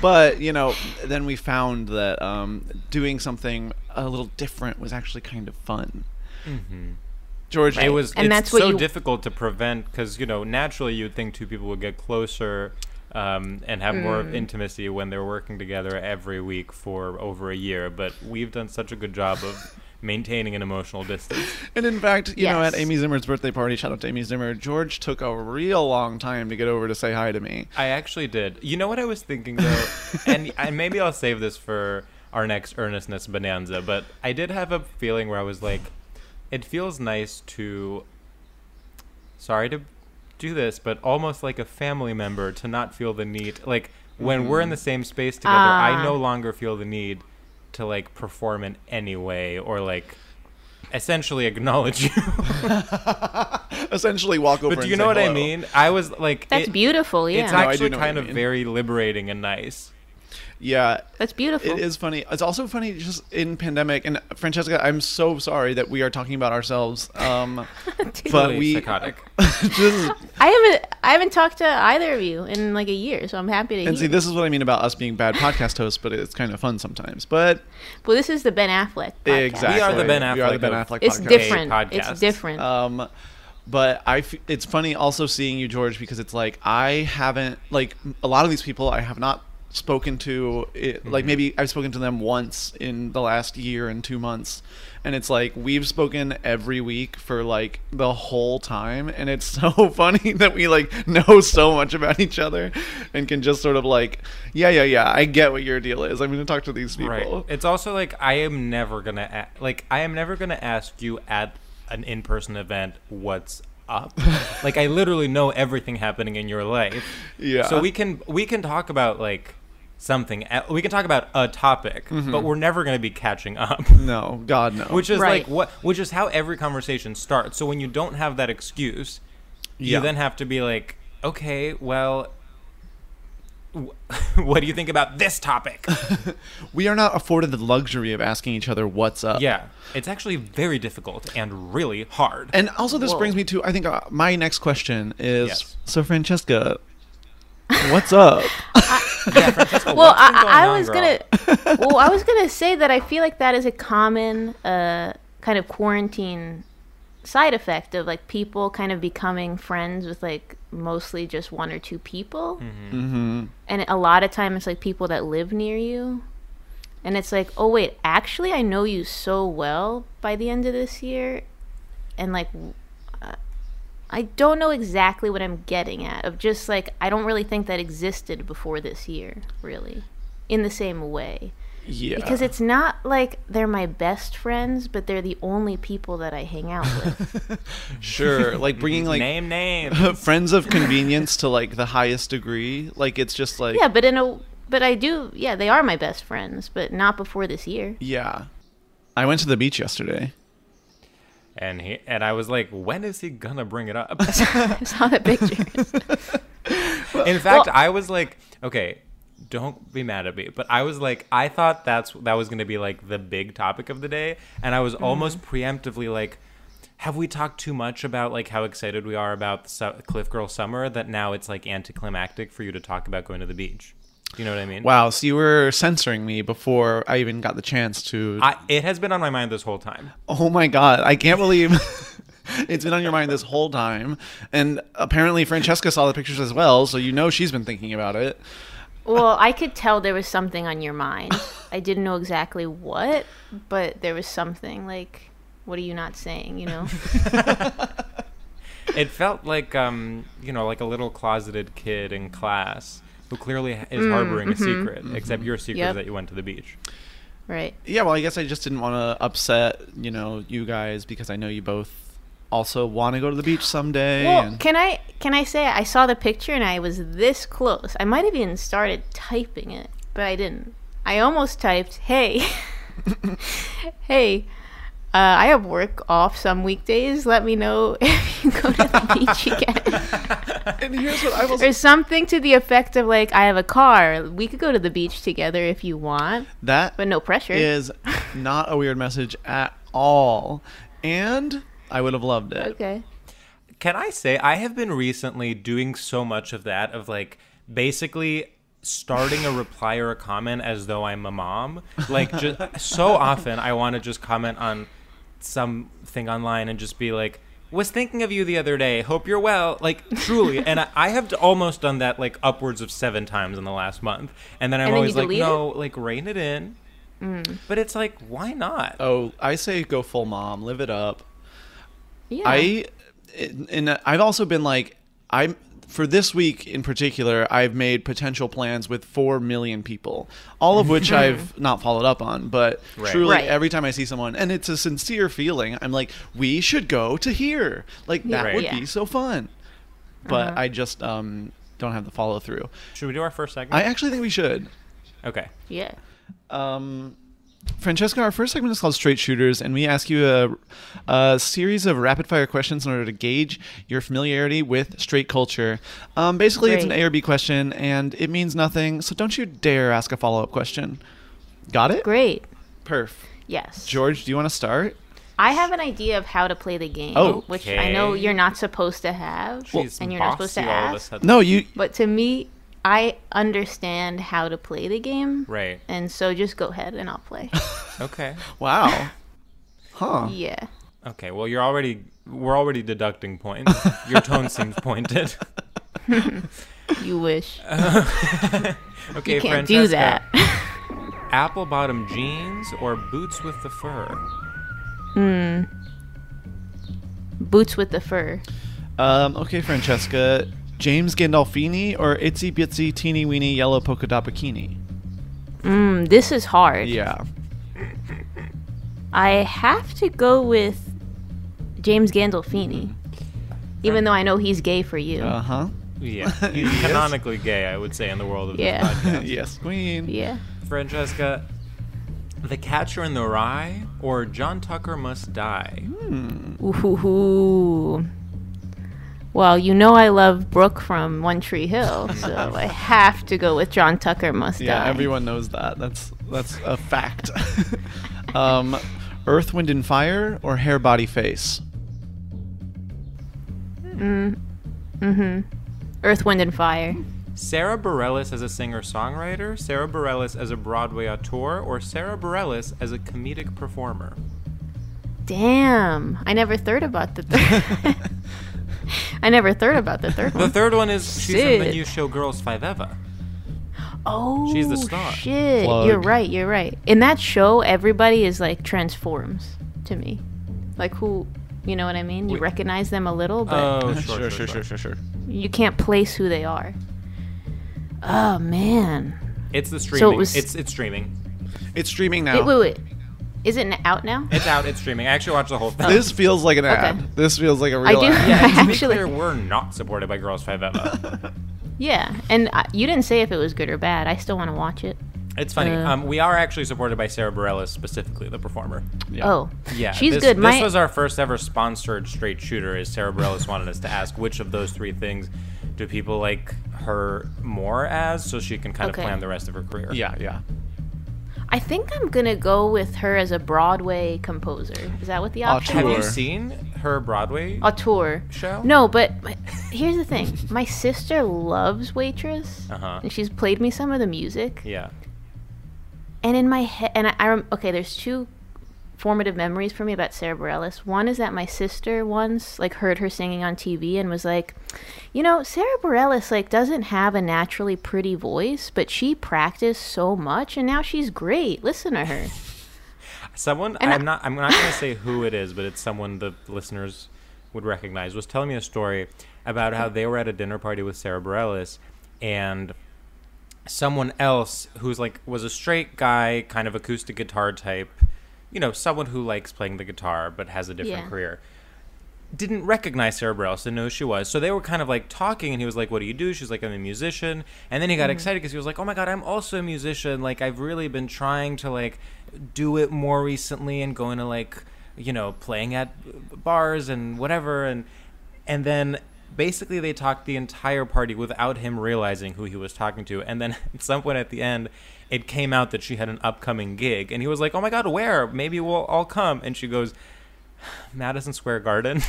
[SPEAKER 2] but you know then we found that um, doing something a little different was actually kind of fun george
[SPEAKER 3] Mm-hmm. It was
[SPEAKER 5] And
[SPEAKER 3] it's
[SPEAKER 5] that's what
[SPEAKER 3] so
[SPEAKER 5] you-
[SPEAKER 3] difficult to prevent because you know naturally you'd think two people would get closer um, and have more
[SPEAKER 5] Mm.
[SPEAKER 3] of intimacy when they're working together every week for over a year. But we've done such a good job of maintaining an emotional distance.
[SPEAKER 2] and in fact you know at
[SPEAKER 5] Yes.
[SPEAKER 2] amy zimmer's birthday party shout out to amy zimmer george took a real long time to get over to say hi to me
[SPEAKER 3] I actually did. You know what I was thinking though, and and maybe I'll save this for our next earnestness bonanza. But I did have a feeling where I was like, it feels nice to. Sorry to do this, but almost like a family member to not feel the need. Like when we're in the
[SPEAKER 2] Mm.
[SPEAKER 3] same space together,
[SPEAKER 2] Ah.
[SPEAKER 3] I no longer feel the need to like perform in any way or like essentially acknowledge you.
[SPEAKER 2] essentially walk over
[SPEAKER 3] but do
[SPEAKER 2] and
[SPEAKER 3] you
[SPEAKER 2] say
[SPEAKER 3] know what I
[SPEAKER 2] hello.
[SPEAKER 3] mean? I was like,
[SPEAKER 5] that's
[SPEAKER 3] it-
[SPEAKER 5] beautiful yeah
[SPEAKER 3] It's
[SPEAKER 2] I do
[SPEAKER 3] actually
[SPEAKER 2] know what you
[SPEAKER 3] kind of
[SPEAKER 2] mean.
[SPEAKER 3] very liberating and nice.
[SPEAKER 2] yeah
[SPEAKER 5] that's beautiful
[SPEAKER 2] It is funny. It's also funny just in pandemic. And Francesca, I'm so sorry that we are talking about ourselves. Um, but
[SPEAKER 3] Really
[SPEAKER 2] we
[SPEAKER 3] psychotic.
[SPEAKER 2] just
[SPEAKER 5] I haven't I haven't talked to either of you in like a year, so I'm happy to
[SPEAKER 2] and see
[SPEAKER 5] hear.
[SPEAKER 2] this is what I mean about us being bad podcast hosts. But it's kind of fun sometimes. But
[SPEAKER 5] well, this is the Ben Affleck. Podcast.
[SPEAKER 2] Exactly.
[SPEAKER 3] We are the Ben
[SPEAKER 2] We are the
[SPEAKER 3] Affleck
[SPEAKER 2] Ben
[SPEAKER 3] of-
[SPEAKER 2] Affleck
[SPEAKER 5] It's
[SPEAKER 2] podcast.
[SPEAKER 5] different.
[SPEAKER 3] Podcast.
[SPEAKER 5] It's different.
[SPEAKER 2] Um, but I, f- it's funny also seeing you, George, because it's like I haven't like a lot of these people I have not spoken to. It, Like maybe I've spoken to them once in the last year and two months, and it's like we've spoken every week for like the whole time, and it's so funny that we like know so much about each other, and can just sort of like, yeah, yeah, yeah, I get what your deal is. I'm going to talk to these people.
[SPEAKER 3] Right. It's also like I am never gonna a- like I am never gonna ask you at an in-person event what's up. like I literally know everything happening in your life.
[SPEAKER 2] Yeah.
[SPEAKER 3] So we can we can talk about like something. uh, We can talk about a topic, but we're never gonna be catching up.
[SPEAKER 2] No, God no.
[SPEAKER 3] Which is
[SPEAKER 5] Oh. Right.
[SPEAKER 3] like what which is how every conversation starts. So when you don't have that excuse,
[SPEAKER 2] Yeah.
[SPEAKER 3] you then have to be like, okay, well. w- What do you think about this topic?
[SPEAKER 2] we are not afforded the luxury of asking each other what's up.
[SPEAKER 3] Yeah, it's actually very difficult and really hard.
[SPEAKER 2] And also, this brings me to I think uh, my next question is
[SPEAKER 3] Yes.
[SPEAKER 2] so, Francesca, what's up?
[SPEAKER 5] well, I,
[SPEAKER 3] going
[SPEAKER 5] I
[SPEAKER 3] on,
[SPEAKER 5] was
[SPEAKER 3] girl?
[SPEAKER 5] gonna. well, I was gonna say that I feel like that is a common uh, kind of quarantine side effect of like people kind of becoming friends with like mostly just one or two people
[SPEAKER 6] Mm-hmm.
[SPEAKER 5] and a lot of time it's like people that live near you and it's like oh wait actually i know you so well by the end of this year and like w- uh, i don't know exactly what i'm getting at of just like i don't really think that existed before this year really in the same way
[SPEAKER 2] Yeah.
[SPEAKER 5] because it's not like they're my best friends but they're the only people that i hang out with
[SPEAKER 2] Sure, like bringing like
[SPEAKER 3] Name names.
[SPEAKER 2] friends of convenience to like the highest degree. Like it's just like
[SPEAKER 5] yeah but in a but i do yeah they are my best friends but not before this year
[SPEAKER 2] yeah. I went to the beach yesterday.
[SPEAKER 3] and he and I was like, when is he gonna bring it up?
[SPEAKER 5] i saw that picture
[SPEAKER 3] In fact, I was like, okay, don't be mad at me, but I was like, I thought that's that was gonna be like the big topic of the day, and I was almost preemptively like, have we talked too much about like how excited we are about the su- Cliff Girl Summer that now it's like anticlimactic for you to talk about going to the beach? Do you know what I mean?
[SPEAKER 2] Wow, so you were censoring me before I even got the chance to.
[SPEAKER 3] I, it has been on my mind this whole time.
[SPEAKER 2] oh my god, I can't believe it's been on your mind this whole time. And apparently Francesca saw the pictures as well, so you know she's been thinking about it.
[SPEAKER 5] Well, I could tell there was something on your mind. I didn't know exactly what, but there was something like, what are you not saying? You know?
[SPEAKER 3] It felt like um, you know, like a little closeted kid in class who clearly is harboring a secret, except your secret is
[SPEAKER 5] Yep.
[SPEAKER 3] that you went to the beach.
[SPEAKER 5] right.
[SPEAKER 2] Yeah, well, I guess I just didn't want to upset, you know, you guys because I know you both also want to go to the beach someday.
[SPEAKER 5] Well,
[SPEAKER 2] and-
[SPEAKER 5] can I can I say I saw the picture and I was this close. I might have even started typing it, but I didn't. I almost typed, "Hey, hey, uh, I have work off some weekdays. Let me know if you go to the beach again."
[SPEAKER 2] and here's what I will
[SPEAKER 5] or something to the effect of like, "I have a car. We could go to the beach together if you want."
[SPEAKER 2] that
[SPEAKER 5] But no pressure.
[SPEAKER 2] is not a weird message at all. And I would have loved it.
[SPEAKER 5] Okay.
[SPEAKER 3] Can I say I have been recently doing so much of that of like basically starting a reply or a comment as though I'm a mom. Like just so often I want to just comment on something online and just be like was thinking of you the other day. Hope you're well. Like truly, and I, I have d- almost done that like upwards of seven times in the last month. And then I'm
[SPEAKER 5] And then you
[SPEAKER 3] always like,
[SPEAKER 5] delete it? Mm.
[SPEAKER 3] no, like rein it in. But it's like, why not?
[SPEAKER 2] Oh, I say go full mom, live it up.
[SPEAKER 5] Yeah.
[SPEAKER 2] I and I've also been like I'm for this week in particular, I've made potential plans with 4 million people, all of which I've not followed up on, but
[SPEAKER 3] Right.
[SPEAKER 2] truly
[SPEAKER 5] Right.
[SPEAKER 2] every time I see someone and it's a sincere feeling, I'm like we should go to here. Like that
[SPEAKER 3] Right.
[SPEAKER 2] would
[SPEAKER 5] Yeah. Uh-huh.
[SPEAKER 2] be so fun. But I just um don't have the follow through.
[SPEAKER 3] Should we do our first segment?
[SPEAKER 2] I actually think we should.
[SPEAKER 3] okay.
[SPEAKER 5] yeah.
[SPEAKER 2] Um, Francesca, our first segment is called Straight Shooters, and we ask you a, a series of rapid fire questions in order to gauge your familiarity with straight culture. Um, basically, it's an
[SPEAKER 5] Great.
[SPEAKER 2] A or B question, and it means nothing, so don't you dare ask a follow up question. Got it?
[SPEAKER 5] Great.
[SPEAKER 2] Perf.
[SPEAKER 5] Yes.
[SPEAKER 2] George, do you want to start?
[SPEAKER 5] I have an idea of how to play the game,
[SPEAKER 2] Oh.
[SPEAKER 5] which I know
[SPEAKER 3] Okay.
[SPEAKER 5] you're not supposed to have,
[SPEAKER 3] She's
[SPEAKER 5] and you're not supposed to
[SPEAKER 3] bossy all of a
[SPEAKER 5] ask.
[SPEAKER 3] sudden.
[SPEAKER 2] No, you.
[SPEAKER 5] But to me, I understand how to play the game,
[SPEAKER 3] Right.
[SPEAKER 5] and so just go ahead and I'll play.
[SPEAKER 3] Okay.
[SPEAKER 2] Wow. Huh.
[SPEAKER 5] yeah.
[SPEAKER 3] Okay, well you're already we're already deducting points. Your tone seems pointed.
[SPEAKER 5] You wish.
[SPEAKER 3] Okay,
[SPEAKER 5] you can't
[SPEAKER 3] Francesca,
[SPEAKER 5] do that.
[SPEAKER 3] Apple bottom jeans or boots with the fur?
[SPEAKER 5] Boots with the fur.
[SPEAKER 2] Um, okay, Francesca. James Gandolfini or Itsy Bitsy Teeny Weeny Yellow Polka Dot Bikini?
[SPEAKER 5] Mm, this is hard.
[SPEAKER 2] Yeah.
[SPEAKER 5] I have to go with James Gandolfini, even though I know he's gay for you.
[SPEAKER 2] Uh huh.
[SPEAKER 3] Yeah. He's canonically gay, I would say, in the world of
[SPEAKER 5] Yeah.
[SPEAKER 3] this podcast.
[SPEAKER 2] yes, Queen.
[SPEAKER 5] yeah.
[SPEAKER 3] Francesca, The Catcher in the Rye or John Tucker Must Die?
[SPEAKER 5] Ooh. Well, you know I love Brooke from One Tree Hill, so I have to go with John Tucker Must
[SPEAKER 2] Yeah,
[SPEAKER 5] Die.
[SPEAKER 2] everyone knows that. That's that's a fact. um, Earth, Wind, and Fire or Hair, Body, Face?
[SPEAKER 5] Earth, Wind, and Fire.
[SPEAKER 3] Sarah Bareilles as a singer-songwriter, Sarah Bareilles as a Broadway auteur, or Sarah Bareilles as a comedic performer?
[SPEAKER 5] Damn. I never thought about the third. I never thought about the third one.
[SPEAKER 3] The third one is she's in the
[SPEAKER 5] Sid.
[SPEAKER 3] new show Girls Five Eva.
[SPEAKER 5] Oh,
[SPEAKER 3] She's the star.
[SPEAKER 5] Shit,
[SPEAKER 6] Plug.
[SPEAKER 5] you're right. You're right. In that show, everybody is like transforms to me. Like who, you know what I mean? You recognize them a little, but
[SPEAKER 3] Oh,
[SPEAKER 2] sure, sure, sure, sure, sure.
[SPEAKER 5] you can't place who they are. Oh man.
[SPEAKER 3] It's the streaming.
[SPEAKER 5] was-
[SPEAKER 3] It's it's streaming.
[SPEAKER 2] It's streaming now.
[SPEAKER 5] Wait, wait, wait. Is it n- out now?
[SPEAKER 3] It's out. It's streaming. I actually watched the whole thing.
[SPEAKER 2] This feels like an ad. This feels like a real
[SPEAKER 5] do-
[SPEAKER 2] ad.
[SPEAKER 3] yeah, and to
[SPEAKER 5] actually-
[SPEAKER 3] be clear, we're not supported by Girls Five Eva.
[SPEAKER 5] Yeah, and I, you didn't say if it was good or bad. I still want to watch it.
[SPEAKER 3] It's funny.
[SPEAKER 5] Uh.
[SPEAKER 3] um, we are actually supported by Sarah Bareilles specifically, the performer.
[SPEAKER 5] Oh,
[SPEAKER 3] Yeah,
[SPEAKER 5] she's
[SPEAKER 3] this,
[SPEAKER 5] good.
[SPEAKER 3] This
[SPEAKER 5] My
[SPEAKER 3] was our first ever sponsored straight shooter. Is Sarah Bareilles wanted us to ask which of those three things do people like her more as, so she can kind
[SPEAKER 5] Okay.
[SPEAKER 3] of plan the rest of her career.
[SPEAKER 2] Yeah, yeah.
[SPEAKER 5] I think I'm gonna go with her as a Broadway composer. Is that what the option?
[SPEAKER 3] Have
[SPEAKER 5] is?
[SPEAKER 3] you
[SPEAKER 2] Sure.
[SPEAKER 3] seen her Broadway?
[SPEAKER 5] Auteur.
[SPEAKER 3] Show?
[SPEAKER 5] Oh, No, but my, here's the thing. My sister loves Waitress,
[SPEAKER 3] Uh-huh.
[SPEAKER 5] and she's played me some of the music.
[SPEAKER 3] Yeah.
[SPEAKER 5] And in my head, and I, I rem- okay, there's two formative memories for me about Sarah Bareilles. One is that my sister once like heard her singing on TV and was like, you know, Sarah Bareilles like doesn't have a naturally pretty voice, but she practiced so much, and now she's great. Listen to her.
[SPEAKER 3] Someone I'm not I'm not gonna say who it is, but it's someone the listeners would recognize was telling me a story about how they were at a dinner party with Sarah Bareilles and someone else who's like was a straight guy, kind of acoustic guitar type, you know, someone who likes playing the guitar but has a different
[SPEAKER 5] Yeah.
[SPEAKER 3] career. Didn't recognize Sarah Bareilles, didn't know who she was. So they were kind of like talking, and he was like, "What do you do?" She's like, "I'm a musician." And then he got excited because he was like, "Oh my god, I'm also a musician! Like I've really been trying to like do it more recently and going to like you know playing at bars and whatever." And and then basically they talked the entire party without him realizing who he was talking to and then at some point at the end it came out that she had an upcoming gig and he was like oh my god where maybe we'll all come and she goes madison square garden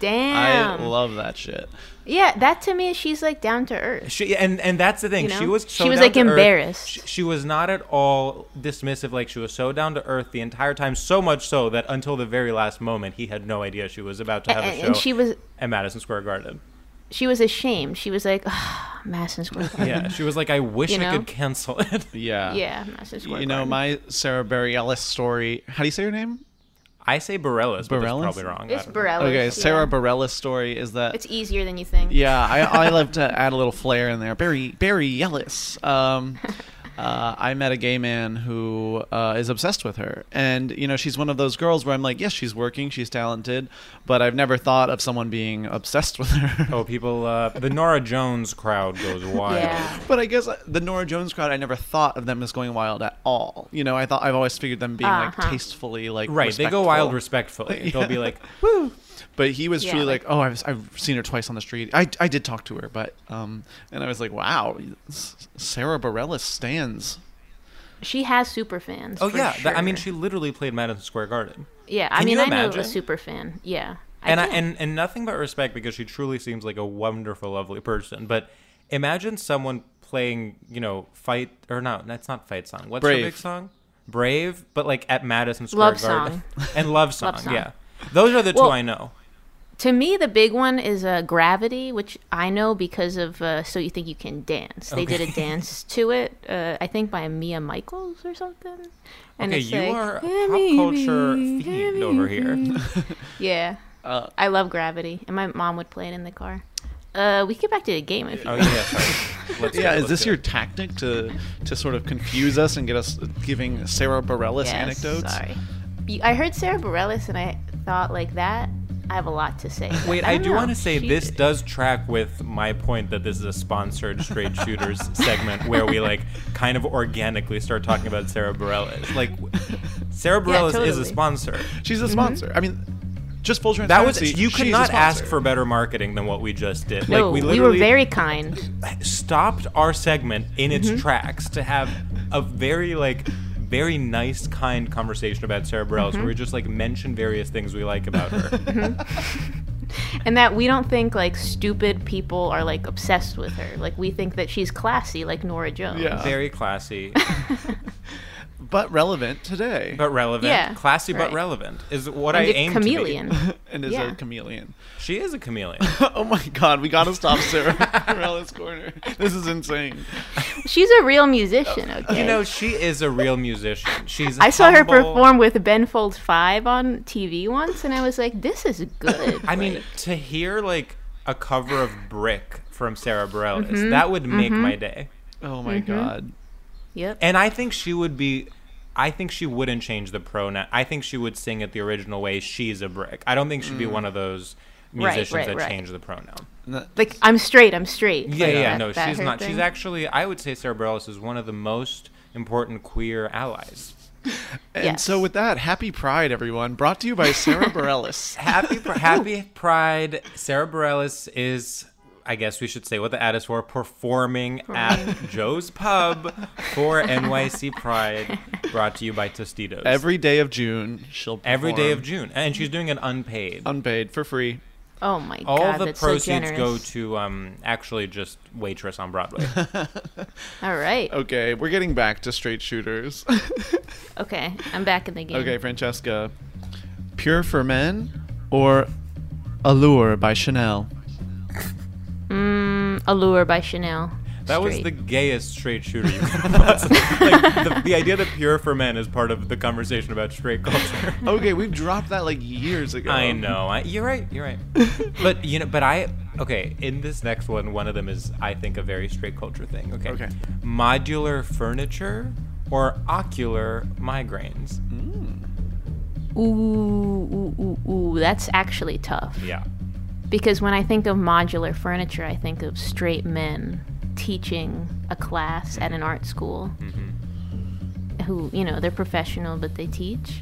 [SPEAKER 5] Damn.
[SPEAKER 2] I love that shit.
[SPEAKER 5] yeah, that to me, she's like down to earth.
[SPEAKER 3] she and and that's the thing
[SPEAKER 5] You
[SPEAKER 3] she
[SPEAKER 5] know?
[SPEAKER 3] was
[SPEAKER 5] She
[SPEAKER 3] so
[SPEAKER 5] was,
[SPEAKER 3] down
[SPEAKER 5] like,
[SPEAKER 3] to earth.
[SPEAKER 5] embarrassed.
[SPEAKER 3] She, she was not at all dismissive like she was so down to earth the entire time so much so that until the very last moment he had no idea she was about to have a
[SPEAKER 5] and,
[SPEAKER 3] show
[SPEAKER 5] and she was
[SPEAKER 3] at madison square garden
[SPEAKER 5] she was ashamed. She was like, oh, Madison Square Garden.
[SPEAKER 3] yeah she was like i wish
[SPEAKER 5] You
[SPEAKER 3] i
[SPEAKER 5] know?
[SPEAKER 3] could cancel it
[SPEAKER 2] Yeah.
[SPEAKER 5] Yeah, Madison Square
[SPEAKER 2] You know,
[SPEAKER 5] Garden.
[SPEAKER 2] my Sarah Bareilles story. How do you say her name?
[SPEAKER 3] I say Bareilles, but that's
[SPEAKER 2] Bareilles?
[SPEAKER 3] probably wrong. I
[SPEAKER 5] It's
[SPEAKER 3] don't know.
[SPEAKER 5] Borelli.
[SPEAKER 2] Okay, Sarah Bareilles story is that
[SPEAKER 5] It's easier than you think.
[SPEAKER 2] Yeah, I, I love to add a little flair in there. Barry Barry Ellis. Um, uh, I met a gay man who uh, is obsessed with her, and you know she's one of those girls where I'm like, yes, she's working, she's talented, but I've never thought of someone being obsessed with her.
[SPEAKER 3] Oh, people, uh, the Nora Jones crowd goes wild.
[SPEAKER 5] Yeah.
[SPEAKER 2] but I guess uh, the Nora Jones crowd, I never thought of them as going wild at all. You know, I thought I've always figured them being like
[SPEAKER 5] Uh-huh.
[SPEAKER 2] tastefully like
[SPEAKER 3] Right, they go wild
[SPEAKER 2] respectful.
[SPEAKER 3] respectfully. They'll be like,
[SPEAKER 2] But he was
[SPEAKER 5] Yeah,
[SPEAKER 2] truly like,
[SPEAKER 5] like-
[SPEAKER 2] oh, I've, I've seen her twice on the street. I, I did talk to her, but um, and I was like, wow, S- Sarah Bareilles stands.
[SPEAKER 5] She has super fans.
[SPEAKER 3] oh
[SPEAKER 5] for
[SPEAKER 3] yeah, that- I mean,
[SPEAKER 5] sure.
[SPEAKER 3] she literally played Madison Square Garden,
[SPEAKER 5] Yeah, I
[SPEAKER 3] Can
[SPEAKER 5] mean,
[SPEAKER 3] you
[SPEAKER 5] I know
[SPEAKER 3] imagine?
[SPEAKER 5] a super fan. Yeah.
[SPEAKER 3] and I,
[SPEAKER 5] can.
[SPEAKER 3] and and nothing but respect because she truly seems like a wonderful, lovely person. But imagine someone playing, you know, fight or no, that's not fight song. What's her
[SPEAKER 2] Brave.
[SPEAKER 3] big song? Brave, but like at Madison Square
[SPEAKER 5] Love
[SPEAKER 3] Garden and love song,
[SPEAKER 5] Love Song.
[SPEAKER 3] Yeah, those are the
[SPEAKER 5] Well-
[SPEAKER 3] two I know.
[SPEAKER 5] to me, the big one is uh, Gravity, which I know because of uh, So You Think You Can Dance. They did a dance to it, uh, I think by Mia Michaels or something. And
[SPEAKER 3] Okay,
[SPEAKER 5] it's
[SPEAKER 3] you
[SPEAKER 5] like,
[SPEAKER 3] are a
[SPEAKER 5] "Yeah,
[SPEAKER 3] pop culture
[SPEAKER 5] baby, yeah,
[SPEAKER 3] fiend over here.
[SPEAKER 5] Yeah.
[SPEAKER 3] Uh,
[SPEAKER 5] I love Gravity, and my mom would play it in the car. Uh, we get back to the game if you
[SPEAKER 3] Oh yeah, sorry. Let's
[SPEAKER 2] Yeah,
[SPEAKER 3] go,
[SPEAKER 2] is
[SPEAKER 3] let's
[SPEAKER 2] this
[SPEAKER 3] go.
[SPEAKER 2] your tactic to to sort of confuse us and get us giving Sarah Bareilles
[SPEAKER 5] Yes,
[SPEAKER 2] anecdotes?
[SPEAKER 5] Sorry. You- I heard Sarah Bareilles, and I thought like that. I have a lot to say.
[SPEAKER 3] Wait, I, do want to say this
[SPEAKER 5] does
[SPEAKER 3] does track with my point that this is a sponsored straight shooters segment where we like kind of organically start talking about Sarah Bareilles. Like Sarah
[SPEAKER 5] Yeah,
[SPEAKER 3] Bareilles is a
[SPEAKER 5] totally.
[SPEAKER 3] sponsor.
[SPEAKER 2] She's
[SPEAKER 5] Mm-hmm.
[SPEAKER 2] a sponsor. I mean, just full
[SPEAKER 3] That was
[SPEAKER 2] transparency.
[SPEAKER 3] you could
[SPEAKER 2] she's a
[SPEAKER 3] not ask
[SPEAKER 2] sponsor.
[SPEAKER 3] for better marketing than what we just did.
[SPEAKER 5] No,
[SPEAKER 3] like we
[SPEAKER 5] we were
[SPEAKER 3] literally
[SPEAKER 5] very Mm-hmm. kind.
[SPEAKER 3] stopped our segment in its tracks to have a very like very nice, kind conversation about Sarah Bareilles
[SPEAKER 5] Mm-hmm.
[SPEAKER 3] where we just like mention various things we like about her.
[SPEAKER 5] And that we don't think like stupid people are like obsessed with her. Like we think that she's classy, like Nora Jones.
[SPEAKER 2] Yeah.
[SPEAKER 3] very classy.
[SPEAKER 2] but relevant today.
[SPEAKER 3] But relevant,
[SPEAKER 5] Yeah,
[SPEAKER 3] classy
[SPEAKER 5] right.
[SPEAKER 3] but relevant is what
[SPEAKER 5] And
[SPEAKER 3] I
[SPEAKER 5] a
[SPEAKER 3] aim
[SPEAKER 5] chameleon.
[SPEAKER 3] to
[SPEAKER 2] and is
[SPEAKER 5] Yeah.
[SPEAKER 2] a chameleon.
[SPEAKER 3] be. She is a chameleon.
[SPEAKER 2] oh my god, we gotta stop Sarah Morales Corner. This is insane.
[SPEAKER 5] She's a real musician. Okay.
[SPEAKER 3] You know, she is a real musician. She's.
[SPEAKER 5] I saw her
[SPEAKER 3] humble.
[SPEAKER 5] perform with Ben Folds Five on TV once, and I was like, "This is good."
[SPEAKER 3] I mean, to hear like a cover of "Brick" from Sarah Bareilles,
[SPEAKER 5] Mm-hmm.
[SPEAKER 3] that would make my day.
[SPEAKER 2] Oh my god.
[SPEAKER 5] yep.
[SPEAKER 3] And I think she would be. I think she wouldn't change the pronoun. I think she would sing it the original way. She's a brick. I don't think she'd be one of those musicians
[SPEAKER 5] Mm. right,
[SPEAKER 3] that
[SPEAKER 5] right.
[SPEAKER 3] change the pronoun.
[SPEAKER 5] Like, I'm straight. I'm straight.
[SPEAKER 3] Yeah,
[SPEAKER 5] Like,
[SPEAKER 3] yeah,
[SPEAKER 5] that-
[SPEAKER 3] no,
[SPEAKER 5] that
[SPEAKER 3] she's
[SPEAKER 5] her
[SPEAKER 3] not. She's
[SPEAKER 5] thing.
[SPEAKER 3] actually. I would say Sarah Bareilles is one of the most important queer allies.
[SPEAKER 2] And
[SPEAKER 5] Yes.
[SPEAKER 2] so with that, happy pride everyone. Brought to you by Sarah Bareilles.
[SPEAKER 3] Happy Pri- Happy Pride. Sarah Bareilles is, I guess we should say what the ad is for, performing at Joe's Pub for NYC Pride, brought to you by Tostitos.
[SPEAKER 2] Every day of June, she'll
[SPEAKER 3] Every day of
[SPEAKER 2] perform
[SPEAKER 3] June, and she's doing it unpaid.
[SPEAKER 2] unpaid for free.
[SPEAKER 5] Oh my
[SPEAKER 3] All
[SPEAKER 5] god,
[SPEAKER 3] the
[SPEAKER 5] that's
[SPEAKER 3] proceeds
[SPEAKER 5] so generous.
[SPEAKER 3] go to um, actually just waitress on Broadway.
[SPEAKER 5] All right.
[SPEAKER 2] Okay, we're getting back to straight shooters.
[SPEAKER 5] Okay, I'm back in the game.
[SPEAKER 2] okay, Francesca. Pure for men or Allure by Chanel.
[SPEAKER 5] Allure by Chanel.
[SPEAKER 3] That was
[SPEAKER 5] Straight.
[SPEAKER 3] the gayest straight shooter you could possibly. like, the, the idea that pure for men is part of the conversation about straight culture.
[SPEAKER 2] Okay, we dropped that like years ago.
[SPEAKER 3] I know. I, you're right. You're right. but you know. But I. Okay. In this next one, one of them is I think a very straight culture thing. Okay.
[SPEAKER 2] Okay.
[SPEAKER 3] Modular furniture or ocular migraines.
[SPEAKER 2] Mm.
[SPEAKER 5] Ooh, ooh, ooh, ooh, that's actually tough.
[SPEAKER 3] Yeah.
[SPEAKER 5] Because when I think of modular furniture, I think of straight men teaching a class at an art school who, you know, they're professional, but they teach.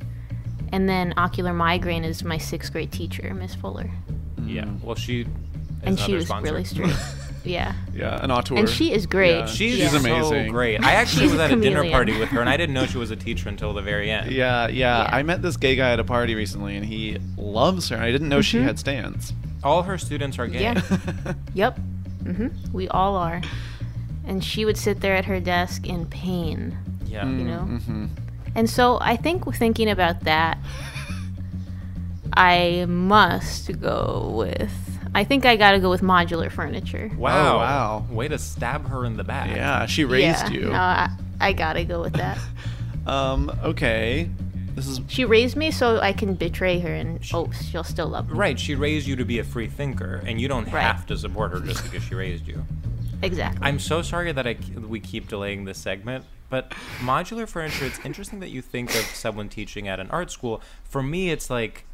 [SPEAKER 5] And then ocular migraine is my sixth grade teacher, Miss Fuller.
[SPEAKER 3] Yeah. Well, she. Is
[SPEAKER 5] And she
[SPEAKER 3] another
[SPEAKER 5] was
[SPEAKER 3] sponsor.
[SPEAKER 5] really straight. yeah.
[SPEAKER 2] Yeah, an auteur.
[SPEAKER 5] And she is great.
[SPEAKER 2] Yeah.
[SPEAKER 3] She's,
[SPEAKER 2] She's
[SPEAKER 3] amazing.
[SPEAKER 2] amazing.
[SPEAKER 3] So great. I actually
[SPEAKER 5] She's
[SPEAKER 3] was
[SPEAKER 5] a
[SPEAKER 3] at a dinner
[SPEAKER 5] chameleon.
[SPEAKER 3] party with her, and I didn't know she was a teacher until the very end.
[SPEAKER 2] Yeah, yeah,
[SPEAKER 5] Yeah.
[SPEAKER 2] I met this gay guy at a party recently, and he loves her. I didn't know she had stands.
[SPEAKER 3] All her students are gay.
[SPEAKER 2] Oh,
[SPEAKER 5] Yeah. yep. hmm We all are. And she would sit there at her desk in pain,
[SPEAKER 3] Yeah.
[SPEAKER 5] you know? And so I think thinking about that, I must go with. I think I gotta go with modular furniture.
[SPEAKER 3] Wow.
[SPEAKER 2] Oh, wow.
[SPEAKER 3] Way to stab her in the back.
[SPEAKER 2] Yeah, she raised
[SPEAKER 5] yeah, Uh,
[SPEAKER 2] you.
[SPEAKER 3] Oh.
[SPEAKER 5] No, I, I gotta go with that.
[SPEAKER 2] Um, okay. This is
[SPEAKER 5] she raised me so I can betray her and oh, she'll still love me.
[SPEAKER 3] Right, she raised you to be a free thinker, and you don't
[SPEAKER 5] Right.
[SPEAKER 3] have to support her just because she raised you.
[SPEAKER 5] Exactly.
[SPEAKER 3] I'm so sorry that I, we keep delaying this segment, but modular furniture, it's interesting that you think of someone teaching at an art school. For me, it's like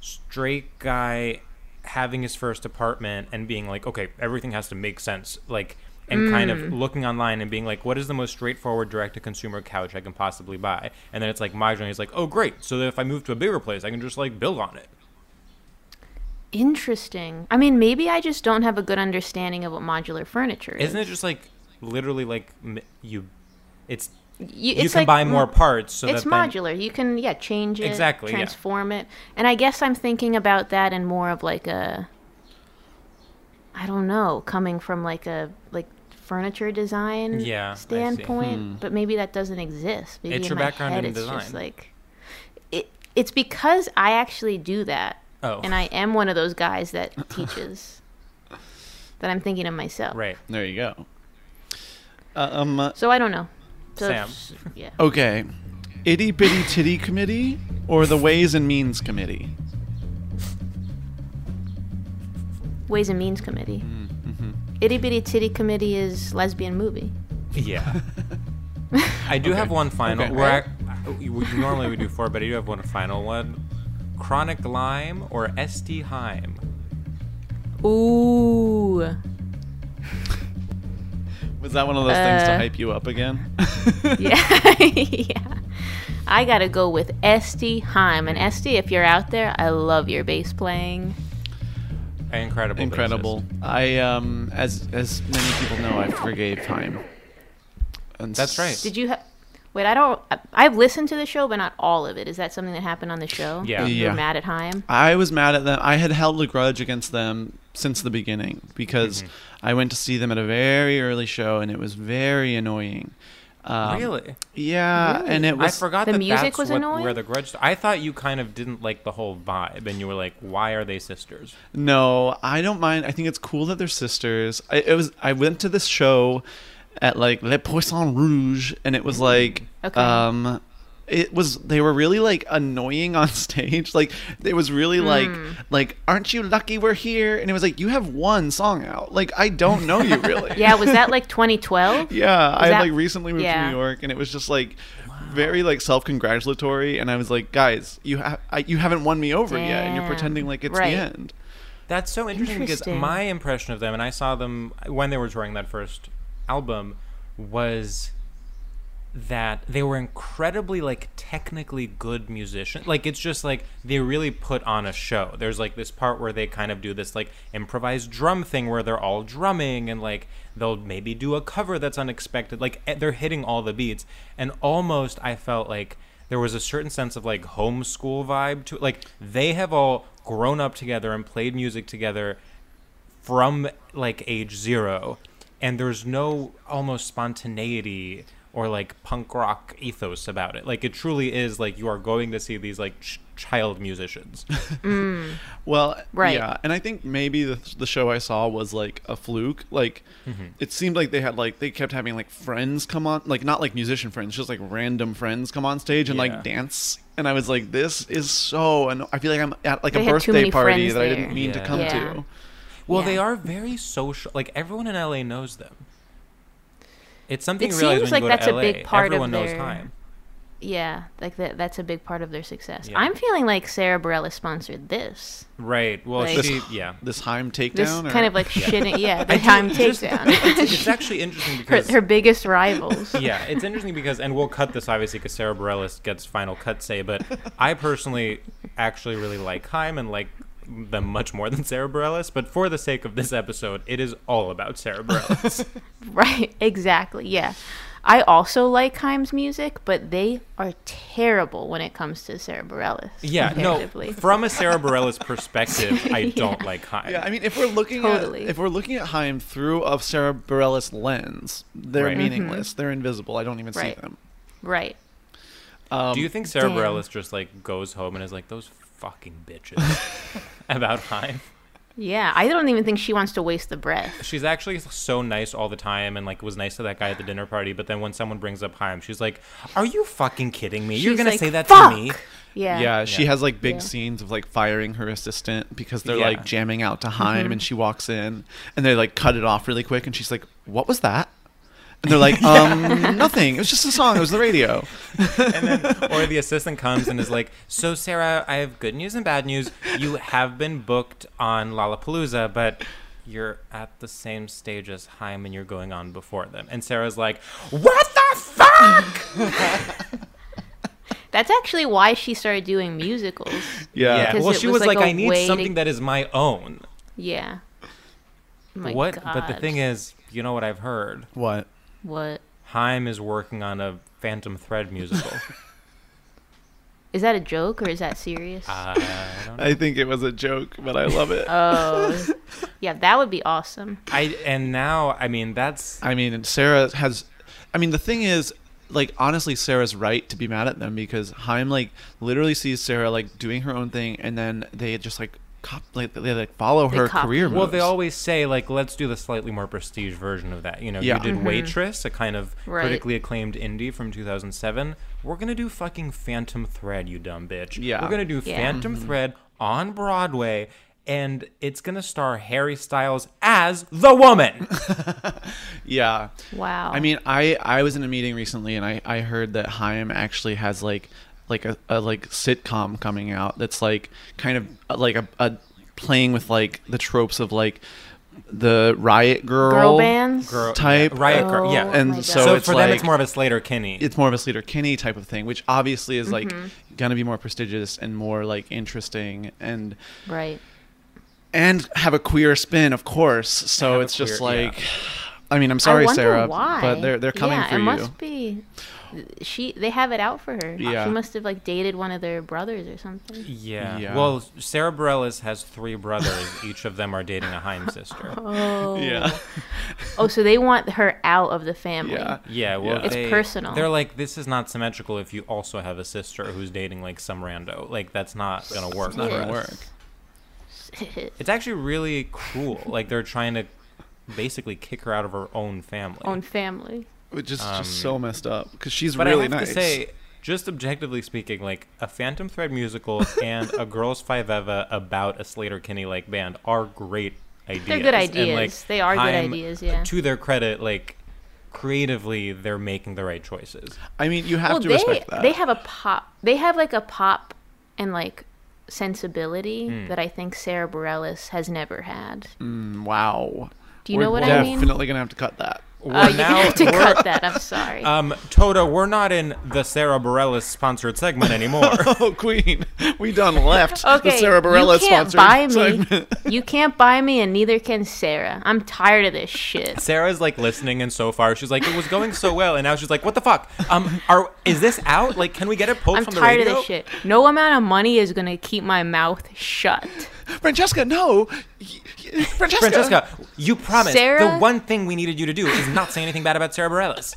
[SPEAKER 3] straight guy having his first apartment and being like, okay, everything has to make sense. Like, and kind of looking online and being like, what is the most straightforward direct to consumer couch I can possibly buy? And then it's like, modular, he's like, oh, great. So that if I move to a bigger place, I can just like build on it.
[SPEAKER 5] Interesting. I mean, maybe I just don't have a good understanding of what modular furniture is.
[SPEAKER 3] Isn't it just like literally like m- you? It's
[SPEAKER 5] you,
[SPEAKER 3] you
[SPEAKER 5] it's
[SPEAKER 3] can
[SPEAKER 5] like
[SPEAKER 3] buy more
[SPEAKER 5] mm,
[SPEAKER 3] parts. So
[SPEAKER 5] it's
[SPEAKER 3] that then-
[SPEAKER 5] modular. You can yeah change it,
[SPEAKER 3] Exactly, yeah.
[SPEAKER 5] transform it. And I guess I'm thinking about that in more of like a, I don't know, coming from like a like furniture design
[SPEAKER 3] Yeah, I see.
[SPEAKER 5] standpoint.
[SPEAKER 2] Hmm.
[SPEAKER 5] But maybe that doesn't exist. Maybe
[SPEAKER 3] It's
[SPEAKER 5] in
[SPEAKER 3] your
[SPEAKER 5] my
[SPEAKER 3] background
[SPEAKER 5] head
[SPEAKER 3] in
[SPEAKER 5] it's Just
[SPEAKER 3] design.
[SPEAKER 5] like, it, it's because I actually do that,
[SPEAKER 3] Oh,
[SPEAKER 5] and I am one of those guys that teaches. that I'm thinking of myself.
[SPEAKER 3] right.
[SPEAKER 2] there. You go. Uh, um.
[SPEAKER 5] So I don't know. So
[SPEAKER 3] Sam.
[SPEAKER 5] s- Yeah.
[SPEAKER 2] Okay. Itty bitty titty committee or the Ways and Means committee.
[SPEAKER 5] Ways and Means Committee. Itty Bitty Titty Committee is lesbian movie.
[SPEAKER 3] Yeah. I do have one final.
[SPEAKER 2] Okay.
[SPEAKER 3] Where I, I- you- you normally we do four, but I do have one final one. Chronic Lyme or ST Heim?
[SPEAKER 5] Ooh.
[SPEAKER 2] Was that one of those things to
[SPEAKER 5] Uh,
[SPEAKER 2] hype you up again?
[SPEAKER 5] Yeah. yeah. I gotta go with Esty Heim. And Esty, if you're out there, I love your bass playing.
[SPEAKER 3] Incredible.
[SPEAKER 2] Incredible.
[SPEAKER 3] bassist.
[SPEAKER 2] I um as as many people know, I forgave time. And
[SPEAKER 3] That's right.
[SPEAKER 5] Did you ha- wait? I don't. I- I've listened to the show, but not all of it. Is that something that happened on the show?
[SPEAKER 3] Yeah.
[SPEAKER 5] You
[SPEAKER 2] Yeah.
[SPEAKER 5] were mad at Heim.
[SPEAKER 2] I was mad at them. I had held a grudge against them since the
[SPEAKER 3] Mm-hmm.
[SPEAKER 2] beginning because I went to see them at a very early show and it was very annoying. Um,
[SPEAKER 3] Really?
[SPEAKER 2] Yeah, and it was
[SPEAKER 3] I forgot
[SPEAKER 5] The
[SPEAKER 3] that
[SPEAKER 5] music
[SPEAKER 3] that's
[SPEAKER 5] was
[SPEAKER 3] what,
[SPEAKER 5] annoying?
[SPEAKER 3] where the grudge. I thought you kind of didn't like the whole vibe, and you were like, "Why are they sisters?"
[SPEAKER 2] No, I don't mind. I think it's cool that they're sisters. I it was I went to this show at like Le Poisson Rouge and it was like
[SPEAKER 5] Okay.
[SPEAKER 2] um it was they were really like annoying on stage. Like it was really
[SPEAKER 5] Hmm.
[SPEAKER 2] like like aren't you lucky we're here? And it was like you have one song out. Like I don't know you really.
[SPEAKER 5] Yeah, was that like 2012?
[SPEAKER 2] Yeah, I
[SPEAKER 5] that-
[SPEAKER 2] like recently moved
[SPEAKER 5] yeah.
[SPEAKER 2] to New York, and it was just like very like self-congratulatory, and I was like, guys, you ha- I, you haven't won me over yet, and you're
[SPEAKER 5] Damn.
[SPEAKER 2] pretending like it's
[SPEAKER 5] Right.
[SPEAKER 2] the end.
[SPEAKER 3] That's so interesting,
[SPEAKER 5] Interesting.
[SPEAKER 3] because my impression of them, and I saw them when they were touring that first album, was that they were incredibly like technically good musicians. Like it's just like they really put on a show. There's like this part where they kind of do this like improvised drum thing where they're all drumming and like they'll maybe do a cover that's unexpected. Like eh, they're hitting all the beats and almost I felt like there was a certain sense of like homeschool vibe to it. Like they have all grown up together and played music together from like age zero and there's no almost spontaneity or like punk rock ethos about it like it truly is like you are going to see these like ch- child musicians
[SPEAKER 2] Well,
[SPEAKER 5] Right.
[SPEAKER 2] yeah, and I think maybe the, the show I saw was like a fluke. Like,
[SPEAKER 3] Mm-hmm.
[SPEAKER 2] it seemed like they had like they kept having like friends come on, like not like musician friends, just like random friends come on stage and
[SPEAKER 3] Yeah.
[SPEAKER 2] like dance. And I was like, this is so, and I feel like I'm at like
[SPEAKER 5] They
[SPEAKER 2] a
[SPEAKER 5] had
[SPEAKER 2] birthday
[SPEAKER 5] too many
[SPEAKER 2] party
[SPEAKER 5] friends
[SPEAKER 2] that I didn't
[SPEAKER 5] there.
[SPEAKER 2] mean to
[SPEAKER 3] Yeah.
[SPEAKER 2] come
[SPEAKER 5] Yeah.
[SPEAKER 2] to.
[SPEAKER 3] well
[SPEAKER 5] Yeah.
[SPEAKER 3] they are very social like everyone in la knows them it's something
[SPEAKER 5] It
[SPEAKER 3] you realize
[SPEAKER 5] seems
[SPEAKER 3] when you
[SPEAKER 5] like
[SPEAKER 3] go
[SPEAKER 5] that's
[SPEAKER 3] to
[SPEAKER 5] a
[SPEAKER 3] la
[SPEAKER 5] big part of
[SPEAKER 3] everyone knows
[SPEAKER 5] their-
[SPEAKER 3] time
[SPEAKER 5] Yeah, like that, that's a big part of their success.
[SPEAKER 3] Yeah.
[SPEAKER 5] I'm feeling like Sarah Bareilles sponsored this.
[SPEAKER 3] right well
[SPEAKER 5] Like-
[SPEAKER 3] she yeah
[SPEAKER 2] This Heim takedown,
[SPEAKER 5] This
[SPEAKER 2] or-
[SPEAKER 5] kind of like shitting, yeah, the
[SPEAKER 3] I do-
[SPEAKER 5] time
[SPEAKER 3] just- it's,
[SPEAKER 5] takedown.
[SPEAKER 3] it's actually interesting
[SPEAKER 5] her,
[SPEAKER 3] because
[SPEAKER 5] her biggest rivals.
[SPEAKER 3] yeah, it's interesting because, and we'll cut this obviously because Sarah Bareilles gets final cut say, but I personally actually really like Haim and like them much more than Sarah Bareilles. But for the sake of this episode, it is all about Sarah Bareilles.
[SPEAKER 5] Right, exactly. Yeah. I also like Haim's music, but they are terrible when it comes to Sarah Bareilles.
[SPEAKER 3] yeah, no,
[SPEAKER 5] comparatively.
[SPEAKER 3] from a Sarah Bareilles perspective, I don't like Haim.
[SPEAKER 2] yeah, I mean, if we're looking
[SPEAKER 5] Totally.
[SPEAKER 2] at if we're looking at Heim through a Sarah Bareilles lens, they're
[SPEAKER 3] Right. Mhm.
[SPEAKER 2] meaningless. They're invisible. I don't even see
[SPEAKER 5] Mm-hmm. Right.
[SPEAKER 2] them.
[SPEAKER 5] Right.
[SPEAKER 3] Do you think Sarah
[SPEAKER 5] Um, Damn.
[SPEAKER 3] Bareilles just like goes home and is like those fucking bitches about Haim?
[SPEAKER 5] Yeah, I don't even think she wants to waste the breath.
[SPEAKER 3] she's actually so nice all the time and like was nice to that guy at the dinner party but then when someone brings up Haim she's like are you fucking kidding me you're
[SPEAKER 5] She's
[SPEAKER 3] gonna
[SPEAKER 5] like,
[SPEAKER 3] say that
[SPEAKER 5] "Fuck!"
[SPEAKER 3] to me
[SPEAKER 5] Yeah.
[SPEAKER 2] Yeah, she has like big
[SPEAKER 5] Yeah.
[SPEAKER 2] scenes of like firing her assistant because they're
[SPEAKER 3] Yeah.
[SPEAKER 2] like jamming out to Heim
[SPEAKER 5] Mm-hmm.
[SPEAKER 2] and she walks in and they like cut it off really quick and she's like, What was that? And they're like, Um, nothing. It was just a song, it was the radio.
[SPEAKER 3] or the assistant comes and is like so Sarah I have good news and bad news you have been booked on Lollapalooza but you're at the same stage as Haim and you're going on before them and Sarah's like what the fuck
[SPEAKER 5] That's actually why she started doing musicals.
[SPEAKER 3] yeah, well
[SPEAKER 5] it
[SPEAKER 3] she
[SPEAKER 5] was
[SPEAKER 3] was,
[SPEAKER 5] like
[SPEAKER 3] like,
[SPEAKER 5] a
[SPEAKER 3] I need
[SPEAKER 5] way to-
[SPEAKER 3] something that is my own
[SPEAKER 5] Yeah. My
[SPEAKER 3] what but the
[SPEAKER 5] God.
[SPEAKER 3] thing is you know what I've heard
[SPEAKER 2] What?
[SPEAKER 5] what
[SPEAKER 3] Haim is working on a Phantom Thread musical
[SPEAKER 5] is that a joke or is that serious?
[SPEAKER 3] Ah. Uh,
[SPEAKER 2] I think it was a joke, but I love it.
[SPEAKER 5] oh, yeah, that would be awesome.
[SPEAKER 3] I and now I mean that's
[SPEAKER 2] I mean, and Sarah has. I mean, the thing is, like, honestly, Sarah's right to be mad at them because Heim, like, literally sees Sarah, like, doing her own thing, and then they just, like, cop, like, they, like, follow her
[SPEAKER 5] copy.
[SPEAKER 2] career moves.
[SPEAKER 3] well they always say like let's do the slightly more prestige version of that. You know,
[SPEAKER 2] Yeah. Mm-hmm.
[SPEAKER 3] you did Waitress, a kind of
[SPEAKER 5] Right.
[SPEAKER 3] critically acclaimed indie from 2007. We're going to do fucking Phantom Thread, you dumb bitch.
[SPEAKER 2] Yeah. Mm-hmm.
[SPEAKER 3] We're going to do
[SPEAKER 5] Yeah.
[SPEAKER 3] Phantom Thread on Broadway and it's going to star Harry Styles as the woman.
[SPEAKER 2] Yeah.
[SPEAKER 5] Wow.
[SPEAKER 2] I mean, I I was in a meeting recently and I I heard that Haim actually has like like a, a like sitcom coming out that's like kind of uh, like a, a playing with like the tropes of like the riot girl,
[SPEAKER 5] Girl bands.
[SPEAKER 3] Girl-
[SPEAKER 2] Type.
[SPEAKER 3] yeah, Riot Girl.
[SPEAKER 5] Oh
[SPEAKER 3] Yeah.
[SPEAKER 5] my
[SPEAKER 2] and
[SPEAKER 5] God.
[SPEAKER 2] so,
[SPEAKER 3] so
[SPEAKER 2] it's
[SPEAKER 3] for
[SPEAKER 2] like,
[SPEAKER 3] them it's more of a Slater Kinney.
[SPEAKER 2] it's more of a Slater Kinney type of thing, which obviously is like
[SPEAKER 5] Mm-hmm.
[SPEAKER 2] gonna be more prestigious and more like interesting and
[SPEAKER 5] Right.
[SPEAKER 2] and have a queer spin, of course. So
[SPEAKER 3] have a
[SPEAKER 2] it's just
[SPEAKER 3] queer- yeah.
[SPEAKER 2] like, I mean, I'm
[SPEAKER 5] I
[SPEAKER 2] sorry,
[SPEAKER 5] wonder
[SPEAKER 2] Sarah,
[SPEAKER 5] why.
[SPEAKER 2] but they're they're coming
[SPEAKER 5] yeah,
[SPEAKER 2] for
[SPEAKER 5] it
[SPEAKER 2] you.
[SPEAKER 5] must be. she they have it out for her.
[SPEAKER 3] Yeah.
[SPEAKER 5] She must have like dated one of their brothers or something.
[SPEAKER 3] Yeah.
[SPEAKER 2] Yeah.
[SPEAKER 3] Well, Sarah Bareilles has three brothers. Each of them are dating a Heim sister.
[SPEAKER 5] Oh.
[SPEAKER 2] Yeah.
[SPEAKER 5] oh, so they want her out of the family.
[SPEAKER 2] Yeah.
[SPEAKER 3] Yeah, well,
[SPEAKER 5] It's
[SPEAKER 3] they-
[SPEAKER 5] personal.
[SPEAKER 3] They're like, this is not symmetrical if you also have a sister who's dating like some rando. Like, that's not gonna work.
[SPEAKER 5] not
[SPEAKER 3] for
[SPEAKER 5] gonna
[SPEAKER 3] us.
[SPEAKER 2] work.
[SPEAKER 3] It's actually really cruel. like, they're trying to basically kick her out of her own family.
[SPEAKER 5] Own family.
[SPEAKER 2] Which is just so messed up because she's
[SPEAKER 3] Um, but
[SPEAKER 2] really
[SPEAKER 3] I have
[SPEAKER 2] nice.
[SPEAKER 3] to say, just objectively speaking, like a Phantom Thread musical and a Girls Five Eva about a Slater Kinney like band are great ideas.
[SPEAKER 5] good
[SPEAKER 3] And, like,
[SPEAKER 5] ideas. They are good
[SPEAKER 3] I'm-
[SPEAKER 5] ideas, yeah.
[SPEAKER 3] To their credit, like creatively, they're making the right choices.
[SPEAKER 5] Uh,
[SPEAKER 2] I mean, you have
[SPEAKER 5] well,
[SPEAKER 2] to
[SPEAKER 5] they
[SPEAKER 2] respect that.
[SPEAKER 5] they have a pop. They have like a pop and like sensibility
[SPEAKER 2] Hmm.
[SPEAKER 5] that I think Sarah Bareilles has never had.
[SPEAKER 2] wow.
[SPEAKER 5] Do you
[SPEAKER 3] We're
[SPEAKER 5] know what I mean?
[SPEAKER 2] Definitely gonna have to cut that.
[SPEAKER 3] We're
[SPEAKER 5] Uh, you're gonna have to
[SPEAKER 3] we're-
[SPEAKER 5] cut that. I'm sorry.
[SPEAKER 3] Um, Toto, we're not in the Sarah Bareilles sponsored segment anymore.
[SPEAKER 2] Oh, Queen, we done left
[SPEAKER 5] okay,
[SPEAKER 2] the Sarah Bareilles
[SPEAKER 5] you can't
[SPEAKER 2] sponsored
[SPEAKER 5] buy me.
[SPEAKER 2] segment.
[SPEAKER 5] you can't buy me, and neither can Sarah. I'm tired of this shit.
[SPEAKER 3] Sarah's like listening, and so far she's like, it was going so well, and now she's like, what the fuck? Um, are is this out? Like, can we get it pulled
[SPEAKER 5] I'm
[SPEAKER 3] from the
[SPEAKER 5] tired
[SPEAKER 3] radio?
[SPEAKER 5] of this shit. No amount of money is gonna keep my mouth shut.
[SPEAKER 2] Francesca, no, Y- y- Francesca.
[SPEAKER 3] Francesca, you promised
[SPEAKER 5] Sarah?
[SPEAKER 3] the one thing we needed you to do is not say anything bad about Sarah Bareilles.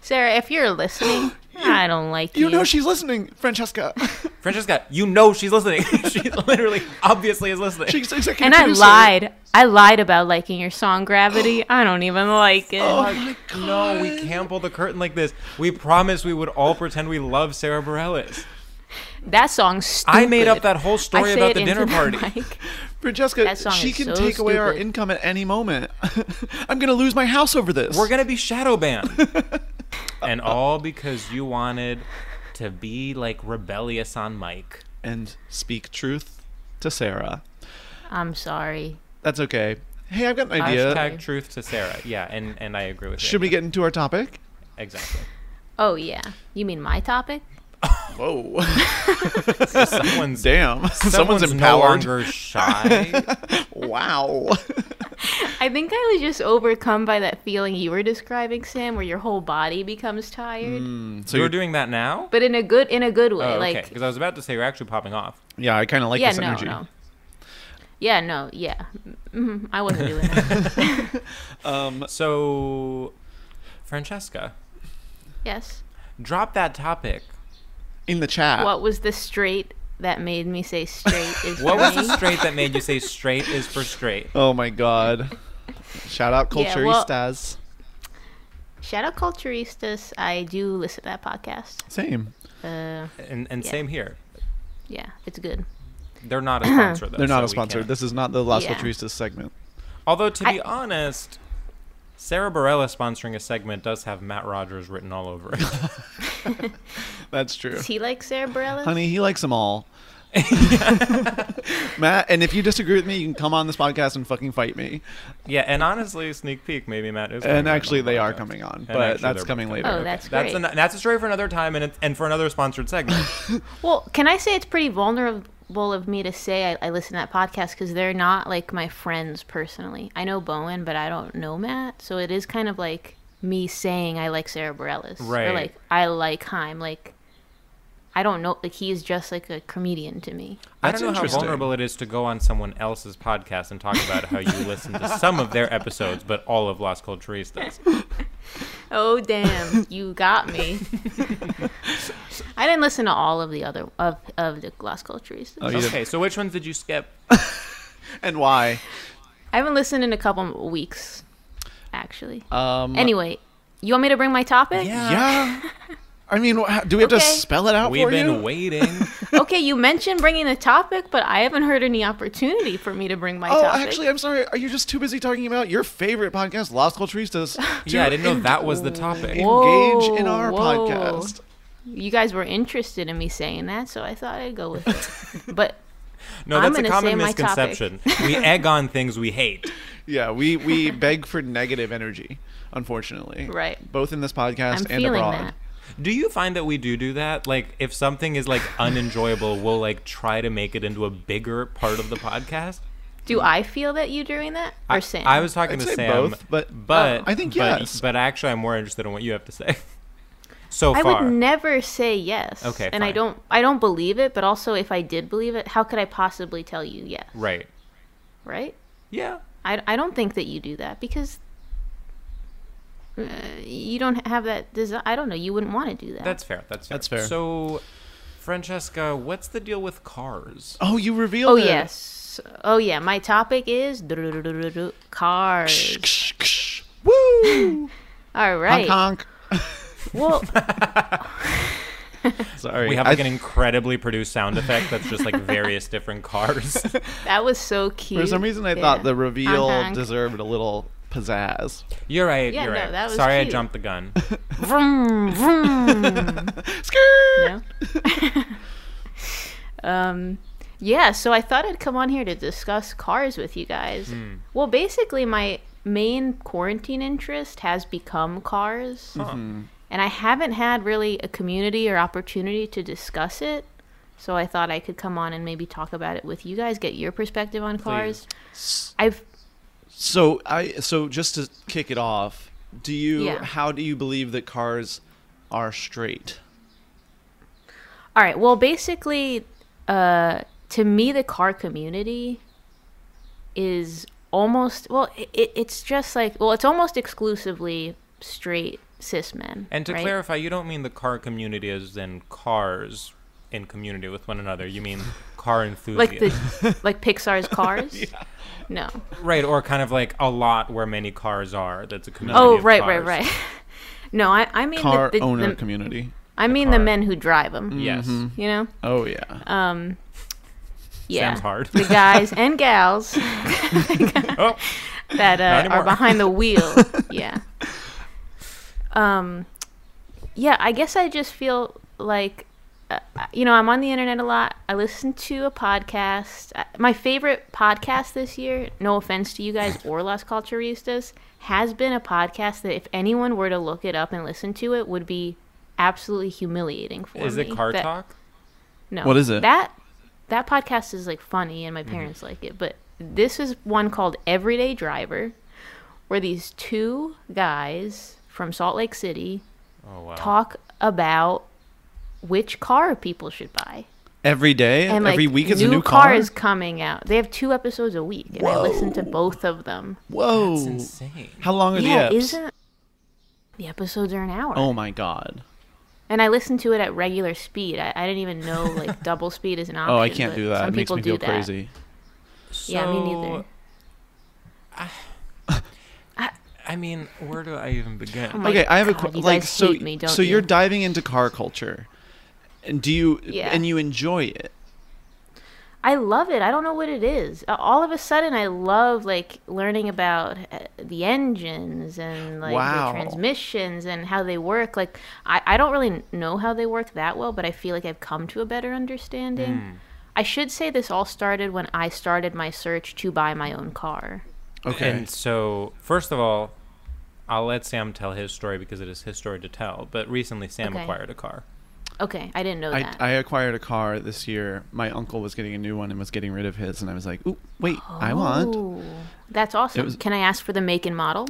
[SPEAKER 5] Sarah, if you're listening, I don't like you.
[SPEAKER 2] you know she's listening, Francesca.
[SPEAKER 3] Francesca, you know she's listening. she literally, obviously, is listening.
[SPEAKER 2] she's executive
[SPEAKER 5] and I
[SPEAKER 2] producer.
[SPEAKER 5] lied. I lied about liking your song Gravity. I don't even like it.
[SPEAKER 2] Oh my god.
[SPEAKER 3] no, we can't pull the curtain like this. We promised we would all pretend we love Sarah Bareilles.
[SPEAKER 5] That song's stupid.
[SPEAKER 3] I made up that whole story
[SPEAKER 5] I say
[SPEAKER 3] about
[SPEAKER 5] it
[SPEAKER 3] the
[SPEAKER 5] into
[SPEAKER 3] dinner party.
[SPEAKER 5] mic.
[SPEAKER 2] Francesca,
[SPEAKER 5] That song
[SPEAKER 2] she
[SPEAKER 5] is
[SPEAKER 2] can
[SPEAKER 5] so
[SPEAKER 2] take away our
[SPEAKER 5] stupid.
[SPEAKER 2] income at any moment. I'm gonna lose my house over this.
[SPEAKER 3] We're gonna be shadow banned, and all because you wanted to be like rebellious on Mike.
[SPEAKER 2] and speak truth to Sarah.
[SPEAKER 5] I'm sorry.
[SPEAKER 2] That's okay. Hey, I've got an idea.
[SPEAKER 3] Hashtag truth to Sarah. Yeah, and and I agree with
[SPEAKER 2] Should
[SPEAKER 3] you.
[SPEAKER 2] we get into our topic?
[SPEAKER 3] exactly?
[SPEAKER 5] Oh yeah. You mean my topic?
[SPEAKER 2] Whoa!
[SPEAKER 3] Someone's
[SPEAKER 2] Damn, someone's,
[SPEAKER 3] Someone's, no
[SPEAKER 2] empowered.
[SPEAKER 3] longer shy.
[SPEAKER 2] Wow.
[SPEAKER 5] I think I was just overcome by that feeling you were describing, Sam, where your whole body becomes tired.
[SPEAKER 2] so
[SPEAKER 3] so you're doing that now?
[SPEAKER 5] But in a good in a good way.
[SPEAKER 3] Mm. Oh, okay.
[SPEAKER 5] Like
[SPEAKER 3] Because I was about to say you're actually popping off.
[SPEAKER 2] Yeah, I kind of like
[SPEAKER 5] Yeah,
[SPEAKER 2] this
[SPEAKER 5] no,
[SPEAKER 2] energy.
[SPEAKER 5] no. Yeah, no, yeah. Mhm, I wasn't doing that.
[SPEAKER 2] Um,
[SPEAKER 3] So, Francesca,
[SPEAKER 5] yes.
[SPEAKER 3] drop that topic.
[SPEAKER 2] In the
[SPEAKER 3] Uh,
[SPEAKER 2] chat.
[SPEAKER 5] What was the straight that made me say straight is for
[SPEAKER 3] What was
[SPEAKER 5] me?
[SPEAKER 3] the straight that made you say straight is for straight?
[SPEAKER 2] Oh my god. Shout out
[SPEAKER 5] Yeah,
[SPEAKER 2] Culturistas.
[SPEAKER 5] Shout out Culturistas. I do listen to that podcast.
[SPEAKER 2] Same.
[SPEAKER 5] Uh,
[SPEAKER 3] And and
[SPEAKER 5] Yeah.
[SPEAKER 3] same here.
[SPEAKER 5] yeah, it's good.
[SPEAKER 3] They're not a sponsor though.
[SPEAKER 2] They're not
[SPEAKER 3] so
[SPEAKER 2] a
[SPEAKER 3] we
[SPEAKER 2] sponsor.
[SPEAKER 3] can't.
[SPEAKER 2] This is not the Las
[SPEAKER 5] Yeah.
[SPEAKER 2] Culturistas segment.
[SPEAKER 3] Although to be
[SPEAKER 5] I-
[SPEAKER 3] honest, Sarah Bareilles sponsoring a segment does have Matt Rogers written all over it.
[SPEAKER 2] That's true.
[SPEAKER 5] Does he like Sarah Bareilles?
[SPEAKER 2] Honey, he likes them all. Matt, and if you disagree with me, you can come on this podcast and fucking fight me.
[SPEAKER 3] yeah, and honestly, sneak peek, maybe Matt is. coming
[SPEAKER 2] And
[SPEAKER 3] on
[SPEAKER 2] actually,
[SPEAKER 3] the
[SPEAKER 2] they are
[SPEAKER 3] podcast.
[SPEAKER 2] coming on,
[SPEAKER 3] And
[SPEAKER 2] but
[SPEAKER 3] actually
[SPEAKER 2] that's
[SPEAKER 3] they're
[SPEAKER 2] coming later.
[SPEAKER 5] Oh, that's great.
[SPEAKER 3] That's an, that's a story for another time and it's, and for another sponsored segment.
[SPEAKER 5] well, can I say it's pretty vulnerable of me to say I, I listen to that podcast because they're not like my friends personally. I know Bowen, but I don't know Matt, so it is kind of like me saying I like Sarah Bareilles
[SPEAKER 3] Right.
[SPEAKER 5] or like I like Heim. Like I don't know, like he's just like a comedian to me.
[SPEAKER 3] I
[SPEAKER 2] That's
[SPEAKER 3] don't know how
[SPEAKER 2] interesting.
[SPEAKER 3] vulnerable it is to go on someone else's podcast and talk about how you listen to some of their episodes, but all of Las Culturistas.
[SPEAKER 5] Oh damn, you got me. I didn't listen to all of the other of of the Glass Cultures.
[SPEAKER 2] Oh, you did-
[SPEAKER 3] Okay, so which ones did you skip?
[SPEAKER 2] And why?
[SPEAKER 5] I haven't listened in a couple weeks, actually.
[SPEAKER 2] Um,
[SPEAKER 5] anyway, you want me to bring my topic?
[SPEAKER 2] Yeah. I mean, wha- do we have to
[SPEAKER 5] Okay.
[SPEAKER 2] spell it out
[SPEAKER 3] We've
[SPEAKER 2] for
[SPEAKER 3] been
[SPEAKER 2] you?
[SPEAKER 3] waiting.
[SPEAKER 5] Okay, you mentioned bringing the topic, but I haven't heard any opportunity for me to bring my
[SPEAKER 2] Oh,
[SPEAKER 5] topic.
[SPEAKER 2] actually, I'm sorry. Are you just too busy talking about your favorite podcast, Las Culturistas, to
[SPEAKER 3] yeah, I didn't know that was the topic.
[SPEAKER 2] engage in
[SPEAKER 5] Whoa,
[SPEAKER 2] our
[SPEAKER 5] whoa.
[SPEAKER 2] podcast?
[SPEAKER 5] you guys were interested in me saying that, so I thought I'd go with it. but
[SPEAKER 3] No,
[SPEAKER 5] I'm
[SPEAKER 3] that's a
[SPEAKER 5] gonna say
[SPEAKER 3] common
[SPEAKER 5] my topic.
[SPEAKER 3] misconception. we egg on things we hate.
[SPEAKER 2] Yeah, we we beg for negative energy, unfortunately.
[SPEAKER 5] Right.
[SPEAKER 2] Both in this
[SPEAKER 5] I'm
[SPEAKER 2] podcast and
[SPEAKER 5] feeling
[SPEAKER 2] abroad.
[SPEAKER 5] that.
[SPEAKER 3] Do you find that we do do that? Like, if something is like unenjoyable, we'll like try to make it into a bigger part of the podcast.
[SPEAKER 5] Do I feel that you doing that, or Sam?
[SPEAKER 3] I was talking
[SPEAKER 2] I'd
[SPEAKER 3] to
[SPEAKER 2] say
[SPEAKER 3] Sam,
[SPEAKER 2] both, but- uh,
[SPEAKER 3] but
[SPEAKER 2] I think
[SPEAKER 3] but,
[SPEAKER 2] yes.
[SPEAKER 3] But actually, I'm more interested in what you have to say. so
[SPEAKER 5] I
[SPEAKER 3] far?
[SPEAKER 5] would never say yes.
[SPEAKER 3] Okay,
[SPEAKER 5] And I
[SPEAKER 3] fine.
[SPEAKER 5] don't I don't believe it, but also if I did believe it, how could I possibly tell you yes,
[SPEAKER 3] right.
[SPEAKER 5] right?
[SPEAKER 3] Yeah.
[SPEAKER 5] I, I don't think that you do that because uh, you don't have that desire. I don't know. You wouldn't want to do that.
[SPEAKER 3] That's fair. That's fair.
[SPEAKER 2] That's fair.
[SPEAKER 3] So, Francesca, what's the deal with cars?
[SPEAKER 2] Oh, you revealed.
[SPEAKER 5] oh
[SPEAKER 2] it.
[SPEAKER 5] yes. Oh yeah. My topic is cars.
[SPEAKER 2] Woo!
[SPEAKER 5] All
[SPEAKER 2] honk
[SPEAKER 5] right.
[SPEAKER 2] honk.
[SPEAKER 5] Well,
[SPEAKER 2] Sorry,
[SPEAKER 3] We have
[SPEAKER 2] I-
[SPEAKER 3] like an incredibly produced sound effect that's just like various different cars.
[SPEAKER 5] that was so cute.
[SPEAKER 2] For some reason, I thought
[SPEAKER 5] Yeah.
[SPEAKER 2] the reveal
[SPEAKER 5] Honk, honk.
[SPEAKER 2] deserved a little pizzazz.
[SPEAKER 3] You're right.
[SPEAKER 5] Yeah,
[SPEAKER 3] you're
[SPEAKER 5] no,
[SPEAKER 3] right.
[SPEAKER 5] that was
[SPEAKER 3] Sorry, I
[SPEAKER 5] cute.
[SPEAKER 3] jumped the gun.
[SPEAKER 5] Vroom, vroom.
[SPEAKER 2] Skirt.
[SPEAKER 5] No? um, yeah, so I thought I'd come on here to discuss cars with you guys. Well, basically, my main quarantine interest has become cars, and I haven't had really a community or opportunity to discuss it. So I thought I could come on and maybe talk about it with you guys, get your perspective on cars. I've
[SPEAKER 2] So I so just to kick it off, do you
[SPEAKER 5] Yeah.
[SPEAKER 2] how do you believe that cars are straight?
[SPEAKER 5] All right. Well, basically, uh, to me, the car community is almost well. It, it's just like well, it's almost exclusively straight cis men.
[SPEAKER 3] And to
[SPEAKER 5] right?
[SPEAKER 3] clarify, you don't mean the car community as in cars in community with one another. You mean car
[SPEAKER 5] like
[SPEAKER 3] enthusiasts.
[SPEAKER 5] the like Pixar's Cars. No.
[SPEAKER 3] Right, or kind of like a lot where many cars are. That's a community.
[SPEAKER 5] Oh,
[SPEAKER 3] of
[SPEAKER 5] right,
[SPEAKER 3] cars.
[SPEAKER 5] right, right. No, I, I mean
[SPEAKER 2] Car
[SPEAKER 5] the, the,
[SPEAKER 2] owner
[SPEAKER 5] the-
[SPEAKER 2] community.
[SPEAKER 5] I mean
[SPEAKER 3] car.
[SPEAKER 5] the men who drive them.
[SPEAKER 3] Yes.
[SPEAKER 5] You know.
[SPEAKER 2] Oh yeah.
[SPEAKER 5] Um. Yeah.
[SPEAKER 3] Sounds hard.
[SPEAKER 5] The guys and gals.
[SPEAKER 3] Oh,
[SPEAKER 5] that uh,
[SPEAKER 3] anymore.
[SPEAKER 5] are behind the wheel. yeah. Um, yeah, I guess I just feel like, uh, you know, I'm on the internet a lot. I listen to a podcast. I- My favorite podcast this year, no offense to you guys or Las Culturistas, has been a podcast that if anyone were to look it up and listen to it, would be absolutely humiliating for
[SPEAKER 3] is
[SPEAKER 5] me.
[SPEAKER 3] it car
[SPEAKER 5] That-
[SPEAKER 3] talk?
[SPEAKER 5] no.
[SPEAKER 2] What is it?
[SPEAKER 5] That that podcast is like funny and my
[SPEAKER 2] Mm-hmm.
[SPEAKER 5] parents like it, but this is one called Everyday Driver where these two guys from Salt Lake City
[SPEAKER 3] Oh wow.
[SPEAKER 5] talk about which car people should buy.
[SPEAKER 2] every day,
[SPEAKER 5] And like
[SPEAKER 2] every week is
[SPEAKER 5] new
[SPEAKER 2] a new
[SPEAKER 5] car
[SPEAKER 2] car.
[SPEAKER 5] is coming out. They have two episodes a week and I listen to both of them.
[SPEAKER 2] Whoa.
[SPEAKER 3] That's insane.
[SPEAKER 2] How long are
[SPEAKER 5] yeah,
[SPEAKER 2] the eps?
[SPEAKER 5] isn't the episodes are an hour.
[SPEAKER 2] Oh my god.
[SPEAKER 5] And I listen to it at regular speed. I, I didn't even know like double speed is an option.
[SPEAKER 2] Oh, I can't
[SPEAKER 5] but
[SPEAKER 2] do that.
[SPEAKER 5] Some
[SPEAKER 2] It makes
[SPEAKER 5] people
[SPEAKER 2] me feel
[SPEAKER 5] do that.
[SPEAKER 2] crazy.
[SPEAKER 5] Yeah, me neither.
[SPEAKER 3] So, I mean, where do I even begin?
[SPEAKER 5] Oh my
[SPEAKER 2] Okay, I have a
[SPEAKER 5] God,
[SPEAKER 2] question.
[SPEAKER 5] you
[SPEAKER 2] Like
[SPEAKER 5] guys
[SPEAKER 2] so,
[SPEAKER 5] hate me, don't
[SPEAKER 2] so you're
[SPEAKER 5] you?
[SPEAKER 2] diving into car culture, and do you
[SPEAKER 5] Yeah.
[SPEAKER 2] and you enjoy it?
[SPEAKER 5] I love it. I don't know what it is. Uh, All of a sudden, I love like learning about uh, the engines and like
[SPEAKER 2] Wow.
[SPEAKER 5] the transmissions and how they work. Like I, I don't really know how they work that well, but I feel like I've come to a better understanding.
[SPEAKER 2] Hmm.
[SPEAKER 5] I should say this all started when I started my search to buy my own car.
[SPEAKER 2] Okay.
[SPEAKER 3] And so, first of all, I'll let Sam tell his story because it is his story to tell. But recently, Sam
[SPEAKER 5] Okay.
[SPEAKER 3] acquired a car.
[SPEAKER 5] Okay, I didn't know
[SPEAKER 2] I,
[SPEAKER 5] that.
[SPEAKER 2] I acquired a car this year. My uncle was getting a new one and was getting rid of his, and I was like, "Ooh, wait, I want."
[SPEAKER 5] Ooh, that's awesome.
[SPEAKER 2] was-
[SPEAKER 5] Can I ask for the make and model?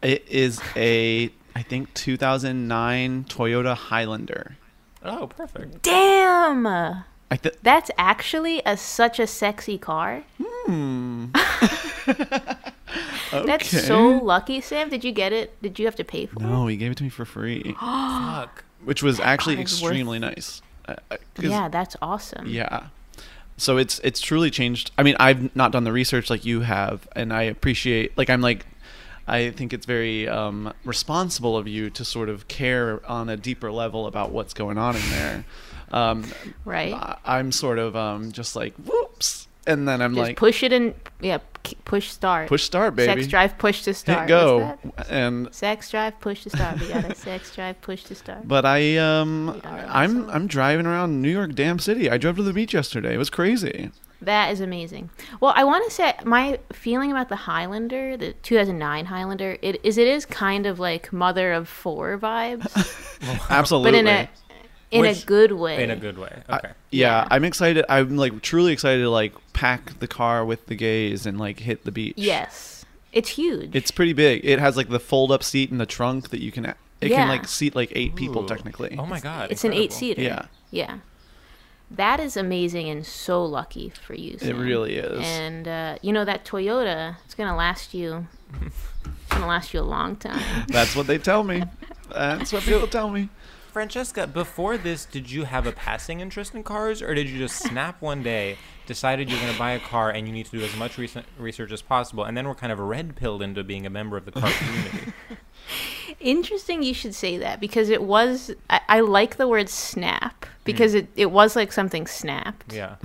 [SPEAKER 2] It is a, I think, 2009 Toyota Highlander.
[SPEAKER 3] Oh, perfect.
[SPEAKER 5] Damn.
[SPEAKER 2] I th-
[SPEAKER 5] That's actually a such a sexy car. That's so lucky, Sam. Did you get it? Did you have to pay for it?
[SPEAKER 2] No, he gave it to me for free,
[SPEAKER 3] Fuck.
[SPEAKER 2] which was actually
[SPEAKER 5] it's worth-
[SPEAKER 2] extremely nice. Uh, uh, 'cause-
[SPEAKER 5] Yeah, that's awesome.
[SPEAKER 2] Yeah. So it's it's truly changed. I mean, I've not done the research like you have, and I appreciate like I'm like I think it's very um, responsible of you to sort of care on a deeper level about what's going on in there. Um,
[SPEAKER 5] Right?
[SPEAKER 2] I, I'm sort of um, just like whoops, and then I'm
[SPEAKER 5] Just
[SPEAKER 2] like push,
[SPEAKER 5] push it and yeah, k- push start.
[SPEAKER 2] start, baby,
[SPEAKER 5] Sex drive, push to start.
[SPEAKER 2] hit
[SPEAKER 5] What's
[SPEAKER 2] go,
[SPEAKER 5] that?
[SPEAKER 2] and
[SPEAKER 5] Sex drive, push to start. We got a sex drive, push to start.
[SPEAKER 2] but I um
[SPEAKER 5] don't know that
[SPEAKER 2] I, I'm
[SPEAKER 5] song.
[SPEAKER 2] I'm driving around New York damn city. I drove to the beach yesterday. It was crazy.
[SPEAKER 5] That is amazing. Well, I want to say my feeling about the Highlander, the 2009 Highlander, it is it is kind of like mother of four vibes,
[SPEAKER 2] Absolutely.
[SPEAKER 5] but in a in a
[SPEAKER 3] Which-
[SPEAKER 5] good way.
[SPEAKER 3] In a good way. Okay.
[SPEAKER 2] yeah,
[SPEAKER 5] Yeah.
[SPEAKER 2] I'm excited. I'm like truly excited to like pack the car with the gays and like hit the beach.
[SPEAKER 5] Yes. It's huge.
[SPEAKER 2] It's pretty big. It has like the fold up seat in the trunk that you can a- It
[SPEAKER 5] Yeah.
[SPEAKER 2] can like seat like eight people technically.
[SPEAKER 3] Oh my god.
[SPEAKER 5] It's an eight seater.
[SPEAKER 2] Yeah.
[SPEAKER 5] Yeah. That is amazing and so lucky for you. Sam.
[SPEAKER 2] really is.
[SPEAKER 5] And uh, you know that Toyota, it's gonna last you. It's gonna last you a long time.
[SPEAKER 2] That's what they tell me. That's what people tell me.
[SPEAKER 3] Francesca, before this, did you have a passing interest in cars, or did you just snap one day, decided you're going to buy a car, and you need to do as much rese- research as possible, and then we're kind of red pilled into being a member of the car community?
[SPEAKER 5] Interesting, you should say that because it was. I, I like the word snap because it it was like something snapped,
[SPEAKER 3] Yeah.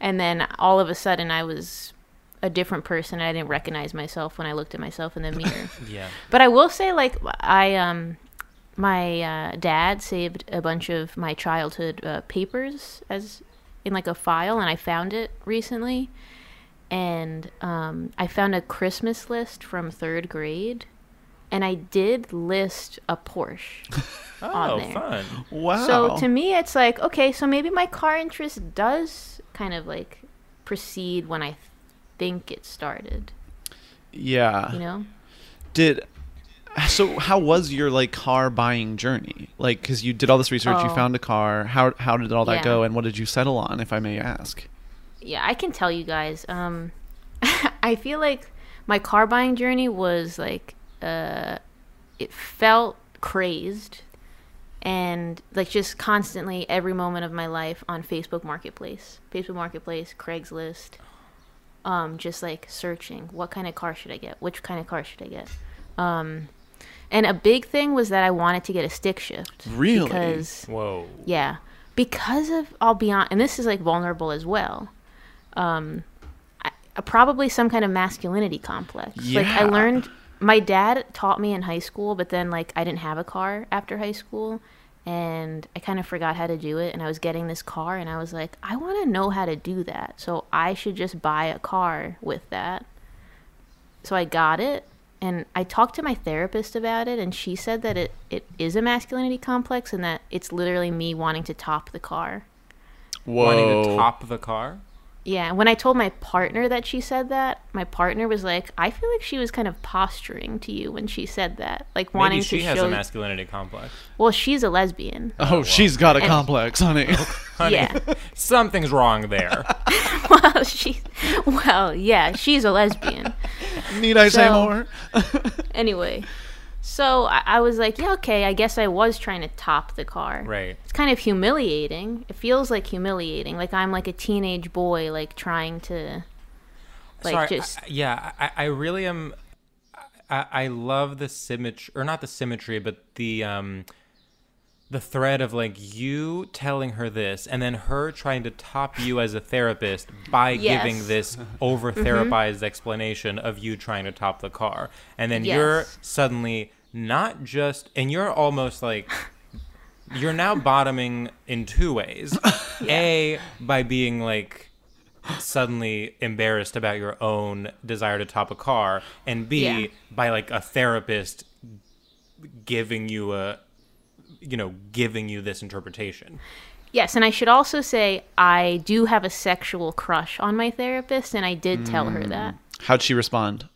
[SPEAKER 5] and then all of a sudden I was a different person. I didn't recognize myself when I looked at myself in the mirror.
[SPEAKER 3] Yeah.
[SPEAKER 5] But I will say, like, I um, my uh, dad saved a bunch of my childhood uh, papers as in like a file, and I found it recently, and um, I found a Christmas list from third grade, and I did list a Porsche.
[SPEAKER 3] Oh,
[SPEAKER 5] there.
[SPEAKER 3] fun.
[SPEAKER 2] Wow.
[SPEAKER 5] So to me, it's like okay, so maybe my car interest does kind of like proceed when I think it started.
[SPEAKER 2] yeah.
[SPEAKER 5] You know.
[SPEAKER 2] Did so how was your like car buying journey? Like cuz you did all this research, you
[SPEAKER 5] Oh.
[SPEAKER 2] found a car. How how did all that
[SPEAKER 5] Yeah.
[SPEAKER 2] go and what did you settle on if I may ask?
[SPEAKER 5] yeah, I can tell you guys. Um, I feel like my car buying journey was like, uh, it felt crazed, and like just constantly every moment of my life on Facebook Marketplace, Facebook Marketplace, Craigslist, um, just like searching what kind of car should I get, which kind of car should I get, um, and a big thing was that I wanted to get a stick shift.
[SPEAKER 2] Really?
[SPEAKER 5] Because
[SPEAKER 3] Whoa.
[SPEAKER 5] yeah. Because of, I'll be on, and this is like vulnerable as well. Um, I, uh, probably some kind of masculinity complex. Like I
[SPEAKER 2] Yeah.
[SPEAKER 5] learned, my dad taught me in high school, but then like I didn't have a car after high school, and I kind of forgot how to do it. And I was getting this car, and I was like, I want to know how to do that, so I should just buy a car with that. So I got it, and I talked to my therapist about it, and she said that it, it is a masculinity complex and that it's literally me wanting to top the car.
[SPEAKER 2] Whoa.
[SPEAKER 3] Wanting to top the car?
[SPEAKER 5] Yeah, when I told my partner that she said that, my partner was like, I feel like she was kind of posturing to you when she said that. Like wanting
[SPEAKER 3] Maybe she
[SPEAKER 5] to
[SPEAKER 3] has
[SPEAKER 5] show
[SPEAKER 3] a masculinity complex.
[SPEAKER 5] Well, she's a lesbian.
[SPEAKER 2] Oh, she's got a complex, honey.
[SPEAKER 5] Yeah.
[SPEAKER 3] Something's wrong there.
[SPEAKER 5] well, she Well, Oh, yeah, she's a lesbian.
[SPEAKER 2] Need I say
[SPEAKER 5] So-
[SPEAKER 2] more?
[SPEAKER 5] anyway, so I, I was like, yeah, okay, I guess I was trying to top the car.
[SPEAKER 3] Right.
[SPEAKER 5] It's kind of humiliating. It feels like humiliating. Like I'm like a teenage boy, like trying to, like
[SPEAKER 3] Sorry,
[SPEAKER 5] just
[SPEAKER 3] I, yeah, I, I really am. I, I love the symmetry, or not the symmetry, but the um, the thread of like you telling her this, and then her trying to top you as a therapist by
[SPEAKER 5] Yes.
[SPEAKER 3] giving
[SPEAKER 5] Mm-hmm.
[SPEAKER 3] this over therapized explanation of you trying to top the car, and then you're
[SPEAKER 5] Yes.
[SPEAKER 3] suddenly not just, and you're almost like. You're now bottoming in two ways. A, by being like suddenly embarrassed about your own desire to top a car, and B,
[SPEAKER 5] Yeah.
[SPEAKER 3] by like a therapist giving you a, you know, giving you this interpretation.
[SPEAKER 5] yes. And I should also say I do have a sexual crush on my therapist, and I did tell her that.
[SPEAKER 3] Mm.
[SPEAKER 2] How'd she respond?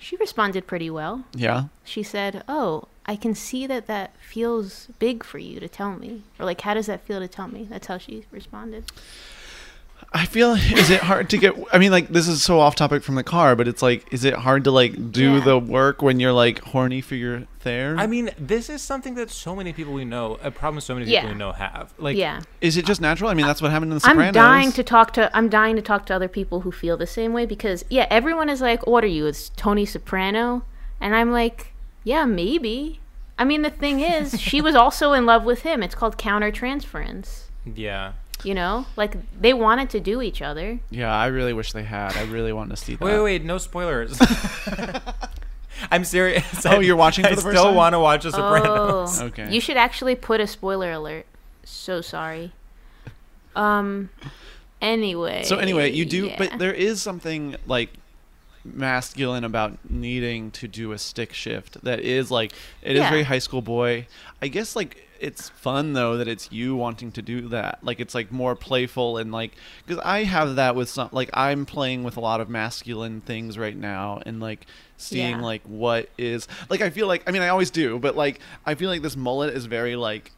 [SPEAKER 5] She responded pretty well.
[SPEAKER 2] Yeah.
[SPEAKER 5] She said, "Oh, I can see that that feels big for you to tell me, or like, how does that feel to tell me?" That's how she responded.
[SPEAKER 2] I feel is it hard to get I mean like this is so off topic from the car, but it's like is it hard to like do
[SPEAKER 5] Yeah.
[SPEAKER 2] the work when you're like horny for your there?
[SPEAKER 3] I mean, this is something that so many people we know, a problem so many people
[SPEAKER 5] Yeah.
[SPEAKER 3] we know have. Like,
[SPEAKER 5] Yeah.
[SPEAKER 2] is it just natural? I mean that's what happened in the Sopranos.
[SPEAKER 5] I'm dying to talk to I'm dying to talk to other people who feel the same way because yeah, everyone is like, "What are you? It's Tony Soprano," and I'm like, "Yeah, maybe." I mean, the thing is, she was also in love with him. It's called countertransference.
[SPEAKER 3] yeah.
[SPEAKER 5] You know, like they wanted to do each other.
[SPEAKER 2] Yeah, I really wish they had. I really wanted to see that.
[SPEAKER 3] Wait, wait, wait, no spoilers. I'm serious.
[SPEAKER 2] Oh, you're watching for
[SPEAKER 3] I
[SPEAKER 2] the first
[SPEAKER 3] still
[SPEAKER 2] time?
[SPEAKER 3] want to watch The Sopranos.
[SPEAKER 5] Oh,
[SPEAKER 2] Okay.
[SPEAKER 5] You should actually put a spoiler alert. So sorry. Um. Anyway.
[SPEAKER 2] So anyway, you do,
[SPEAKER 5] yeah.
[SPEAKER 2] but there is something like masculine about needing to do a stick shift that is like it is
[SPEAKER 5] Yeah.
[SPEAKER 2] very high school boy. I guess like it's fun though that it's you wanting to do that. Like it's like more playful and like because I have that with some like I'm playing with a lot of masculine things right now and like seeing
[SPEAKER 5] Yeah.
[SPEAKER 2] like what is like I feel like I mean I always do but like I feel like this mullet is very like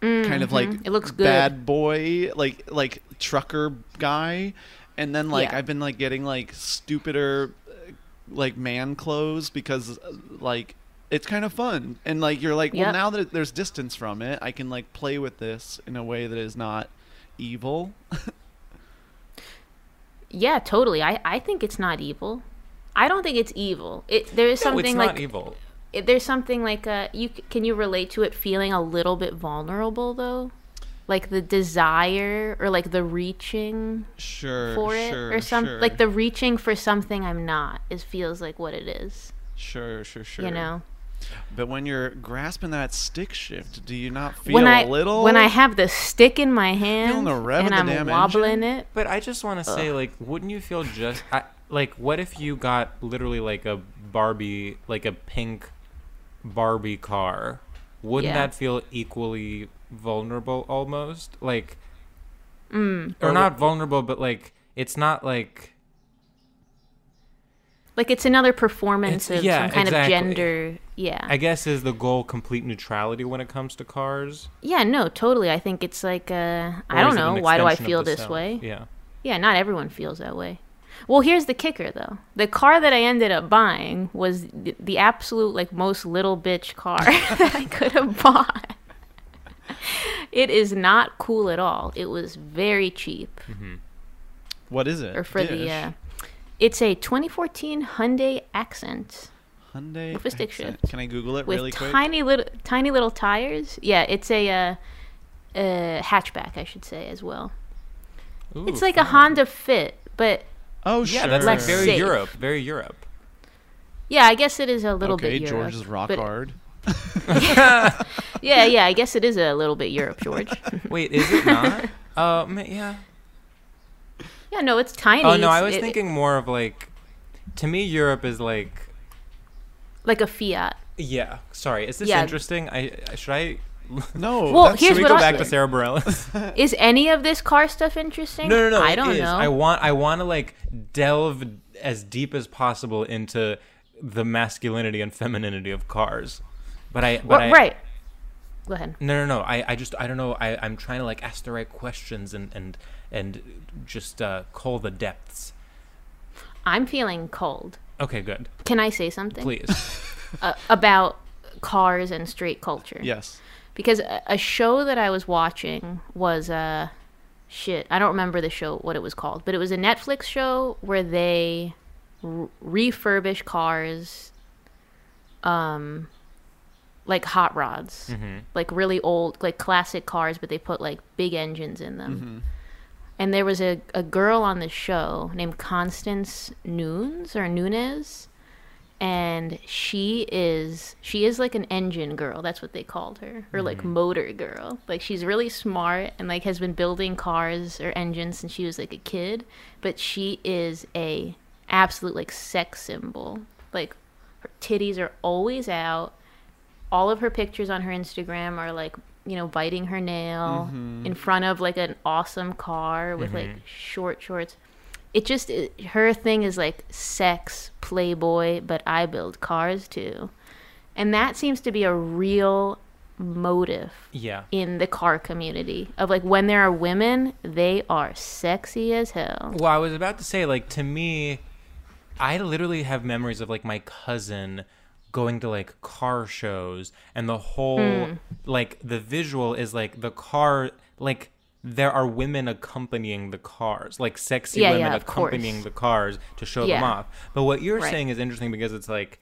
[SPEAKER 2] kind of like
[SPEAKER 5] Mm-hmm. It looks good.
[SPEAKER 2] bad boy like like trucker guy and then like
[SPEAKER 5] Yeah.
[SPEAKER 2] i've been like getting like stupider uh, like man clothes because uh, like it's kind of fun and like you're like well
[SPEAKER 5] Yep.
[SPEAKER 2] now that there's distance from it i can like play with this in a way that is not evil
[SPEAKER 5] Yeah, totally. I, I think it's not evil. I don't think it's evil. It there is
[SPEAKER 3] No,
[SPEAKER 5] something
[SPEAKER 3] it's
[SPEAKER 5] like
[SPEAKER 3] not evil.
[SPEAKER 5] it- there's something like uh you c- can you relate to it feeling a little bit vulnerable though? Like the desire or like the reaching
[SPEAKER 2] sure
[SPEAKER 5] for it or some like the reaching for something I'm not is feels like what it is,
[SPEAKER 2] sure sure sure
[SPEAKER 5] you know.
[SPEAKER 2] but when you're grasping that stick shift do you not feel
[SPEAKER 5] When
[SPEAKER 2] a
[SPEAKER 5] I
[SPEAKER 2] little
[SPEAKER 5] when I have the stick in my hand
[SPEAKER 2] the rev of
[SPEAKER 5] and
[SPEAKER 2] the damn
[SPEAKER 5] I'm wobbling
[SPEAKER 2] engine?
[SPEAKER 5] it,
[SPEAKER 3] But I just want to say, like, wouldn't you feel just I, like what if you got literally like a Barbie, like a pink Barbie car? Wouldn't
[SPEAKER 5] Yeah.
[SPEAKER 3] that feel equally vulnerable, almost like,
[SPEAKER 5] Mm.
[SPEAKER 3] or not vulnerable, but like it's not like
[SPEAKER 5] like it's another performance
[SPEAKER 3] It's-
[SPEAKER 5] of
[SPEAKER 3] yeah,
[SPEAKER 5] some kind
[SPEAKER 3] exactly.
[SPEAKER 5] of gender. Yeah.
[SPEAKER 3] I guess is the goal complete neutrality when it comes to cars.
[SPEAKER 5] Yeah, no, totally. I think it's like uh,
[SPEAKER 3] Or
[SPEAKER 5] I don't
[SPEAKER 3] is it an
[SPEAKER 5] know. Why do I
[SPEAKER 3] extension of
[SPEAKER 5] feel
[SPEAKER 3] the
[SPEAKER 5] this
[SPEAKER 3] self?
[SPEAKER 5] way?
[SPEAKER 3] Yeah.
[SPEAKER 5] Yeah, not everyone feels that way. Well, here's the kicker though. The car that I ended up buying was the, the absolute like most little bitch car that I could have bought. It is not cool at all. It was very cheap
[SPEAKER 2] what is it
[SPEAKER 5] or for the
[SPEAKER 2] Dish?
[SPEAKER 5] uh, it's a 2014 Hyundai Accent
[SPEAKER 2] Hyundai
[SPEAKER 5] with a stick
[SPEAKER 2] accent.
[SPEAKER 5] shift.
[SPEAKER 2] Can I Google it
[SPEAKER 5] with
[SPEAKER 2] really quick?
[SPEAKER 5] tiny little tiny little tires. Yeah, it's a uh, uh, hatchback, I should say as well. It's like a Honda Fit, but
[SPEAKER 2] Oh,
[SPEAKER 3] Yeah,
[SPEAKER 2] sure.
[SPEAKER 3] that's like
[SPEAKER 5] Less
[SPEAKER 3] very
[SPEAKER 5] safe.
[SPEAKER 3] Europe, very Europe.
[SPEAKER 5] yeah, I guess it is a little
[SPEAKER 2] okay.
[SPEAKER 5] bit Europe.
[SPEAKER 2] George is rock
[SPEAKER 5] but-
[SPEAKER 2] hard.
[SPEAKER 5] Yeah, yeah, I guess it is a little bit Europe, George.
[SPEAKER 3] Wait, is it not? um, yeah.
[SPEAKER 5] yeah, no, it's tiny.
[SPEAKER 3] Oh no, I
[SPEAKER 5] It's-
[SPEAKER 3] was
[SPEAKER 5] it-
[SPEAKER 3] thinking more of like, to me, Europe is like
[SPEAKER 5] like a Fiat.
[SPEAKER 3] Yeah. Sorry. Is this
[SPEAKER 5] Yeah.
[SPEAKER 3] interesting? I I- should I
[SPEAKER 2] No.
[SPEAKER 5] Well,
[SPEAKER 2] that's-
[SPEAKER 5] here's
[SPEAKER 3] should we
[SPEAKER 5] what
[SPEAKER 3] go
[SPEAKER 5] I-
[SPEAKER 3] back to Sarah Bareilles?
[SPEAKER 5] Is any of this car stuff interesting?
[SPEAKER 3] Uh, no, no, no.
[SPEAKER 5] I
[SPEAKER 3] it
[SPEAKER 5] don't
[SPEAKER 3] is.
[SPEAKER 5] know.
[SPEAKER 3] I want I want to like delve as deep as possible into the masculinity and femininity of cars. But I but
[SPEAKER 5] Well,
[SPEAKER 3] I,
[SPEAKER 5] right. Go ahead.
[SPEAKER 3] No, no, no. I, I just I don't know. I I'm trying to like ask the right questions and and and just uh call the depths.
[SPEAKER 5] I'm feeling cold.
[SPEAKER 3] Okay, good.
[SPEAKER 5] Can I say something
[SPEAKER 3] Please.
[SPEAKER 5] uh, about cars and straight culture?
[SPEAKER 2] yes.
[SPEAKER 5] because a, a show that I was watching was uh shit. I don't remember the show what it was called, but it was a Netflix show where they r- refurbish cars, um, like hot rods, like really old, like classic cars, but they put like big engines in them. And there was a, a girl on the show named Constance Nunes or Nunes and she is she is like an engine girl that's what they called her or like motor girl like she's really smart and like has been building cars or engines since she was like a kid but she is a absolute like sex symbol like her titties are always out all of her pictures on her instagram are like you know biting her nail
[SPEAKER 3] Mm-hmm.
[SPEAKER 5] in front of like an awesome car with like short shorts it just it, her thing is like sex playboy but i build cars too and that seems to be a real motive
[SPEAKER 3] yeah.
[SPEAKER 5] in the car community of like when there are women they are sexy as hell
[SPEAKER 3] Well, I was about to say, like, to me, I literally have memories of like my cousin going to like car shows, and the whole
[SPEAKER 5] Hmm.
[SPEAKER 3] like the visual is like the car, like there are women accompanying the cars, like sexy
[SPEAKER 5] Yeah,
[SPEAKER 3] women
[SPEAKER 5] yeah, of course.
[SPEAKER 3] accompanying the cars to show them
[SPEAKER 5] Yeah.
[SPEAKER 3] off. But what you're
[SPEAKER 5] Right.
[SPEAKER 3] saying is interesting because it's like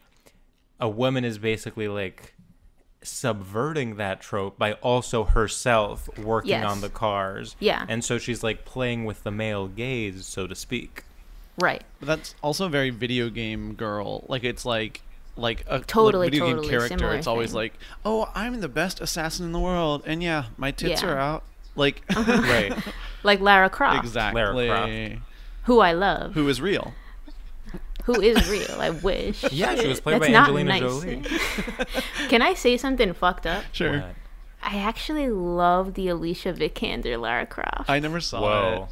[SPEAKER 3] a woman is basically like subverting that trope by also herself working
[SPEAKER 5] Yes.
[SPEAKER 3] on the cars.
[SPEAKER 5] Yeah.
[SPEAKER 3] And so she's like playing with the male gaze, so to speak.
[SPEAKER 5] right
[SPEAKER 2] But that's also very video game girl. Like it's like like a like
[SPEAKER 5] Totally,
[SPEAKER 2] video game
[SPEAKER 5] totally
[SPEAKER 2] character.
[SPEAKER 5] similar
[SPEAKER 2] It's always
[SPEAKER 5] thing.
[SPEAKER 2] like, oh, I'm the best assassin in the world, and yeah, my tits
[SPEAKER 5] Yeah. Uh-huh.
[SPEAKER 2] are out. Like
[SPEAKER 3] Right.
[SPEAKER 5] like lara croft
[SPEAKER 3] Lara
[SPEAKER 2] exactly.
[SPEAKER 3] Croft.
[SPEAKER 5] who i love
[SPEAKER 2] Who is real?
[SPEAKER 5] who is real i wish
[SPEAKER 3] Yeah, she was played
[SPEAKER 5] That's
[SPEAKER 3] by
[SPEAKER 5] not
[SPEAKER 3] Angelina
[SPEAKER 5] nice.
[SPEAKER 3] Jolie.
[SPEAKER 5] can i say something fucked up
[SPEAKER 2] Sure.
[SPEAKER 5] I actually love the Alicia Vikander Lara Croft.
[SPEAKER 2] I never saw
[SPEAKER 3] Whoa.
[SPEAKER 5] actually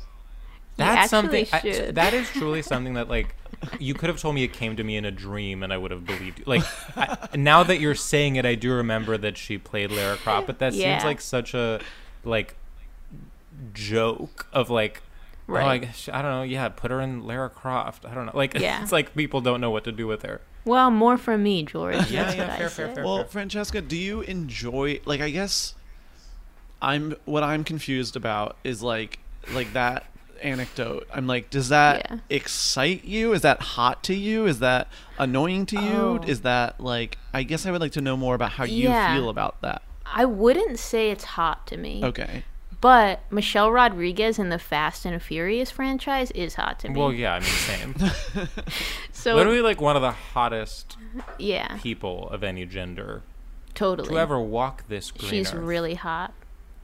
[SPEAKER 3] That's something. I-
[SPEAKER 5] should.
[SPEAKER 3] that is truly something that like you could have told me it came to me in a dream and I would have believed you. Like I, now that you're saying it, I do remember that she played Lara Croft, but that
[SPEAKER 5] Yeah.
[SPEAKER 3] seems like such a like joke of like. Oh, I,
[SPEAKER 5] Right.
[SPEAKER 3] guess, I don't know. Yeah, put her in Lara Croft. I don't know. Like,
[SPEAKER 5] Yeah.
[SPEAKER 3] it's like people don't know what to do with her.
[SPEAKER 5] Well, more from me, George. That's
[SPEAKER 3] Yeah,
[SPEAKER 5] what
[SPEAKER 3] yeah,
[SPEAKER 5] I
[SPEAKER 3] fair,
[SPEAKER 5] said.
[SPEAKER 3] fair, fair,
[SPEAKER 2] Well,
[SPEAKER 3] fair.
[SPEAKER 2] Francesca, do you enjoy like I guess I'm what I'm confused about is like like that anecdote. I'm like, does that
[SPEAKER 5] Yeah.
[SPEAKER 2] excite you? Is that hot to you? Is that annoying to you?
[SPEAKER 5] Oh.
[SPEAKER 2] Is that like I guess I would like to know more about how you
[SPEAKER 5] Yeah.
[SPEAKER 2] feel about that.
[SPEAKER 5] I wouldn't say it's hot to me,
[SPEAKER 2] Okay.
[SPEAKER 5] but Michelle Rodriguez in the Fast and Furious franchise is hot to me.
[SPEAKER 3] Well, yeah, I mean, same.
[SPEAKER 5] so
[SPEAKER 3] Literally, like one of the hottest
[SPEAKER 5] yeah,
[SPEAKER 3] people of any gender
[SPEAKER 5] totally.
[SPEAKER 3] to ever walk this green
[SPEAKER 5] She's
[SPEAKER 3] earth.
[SPEAKER 5] really hot.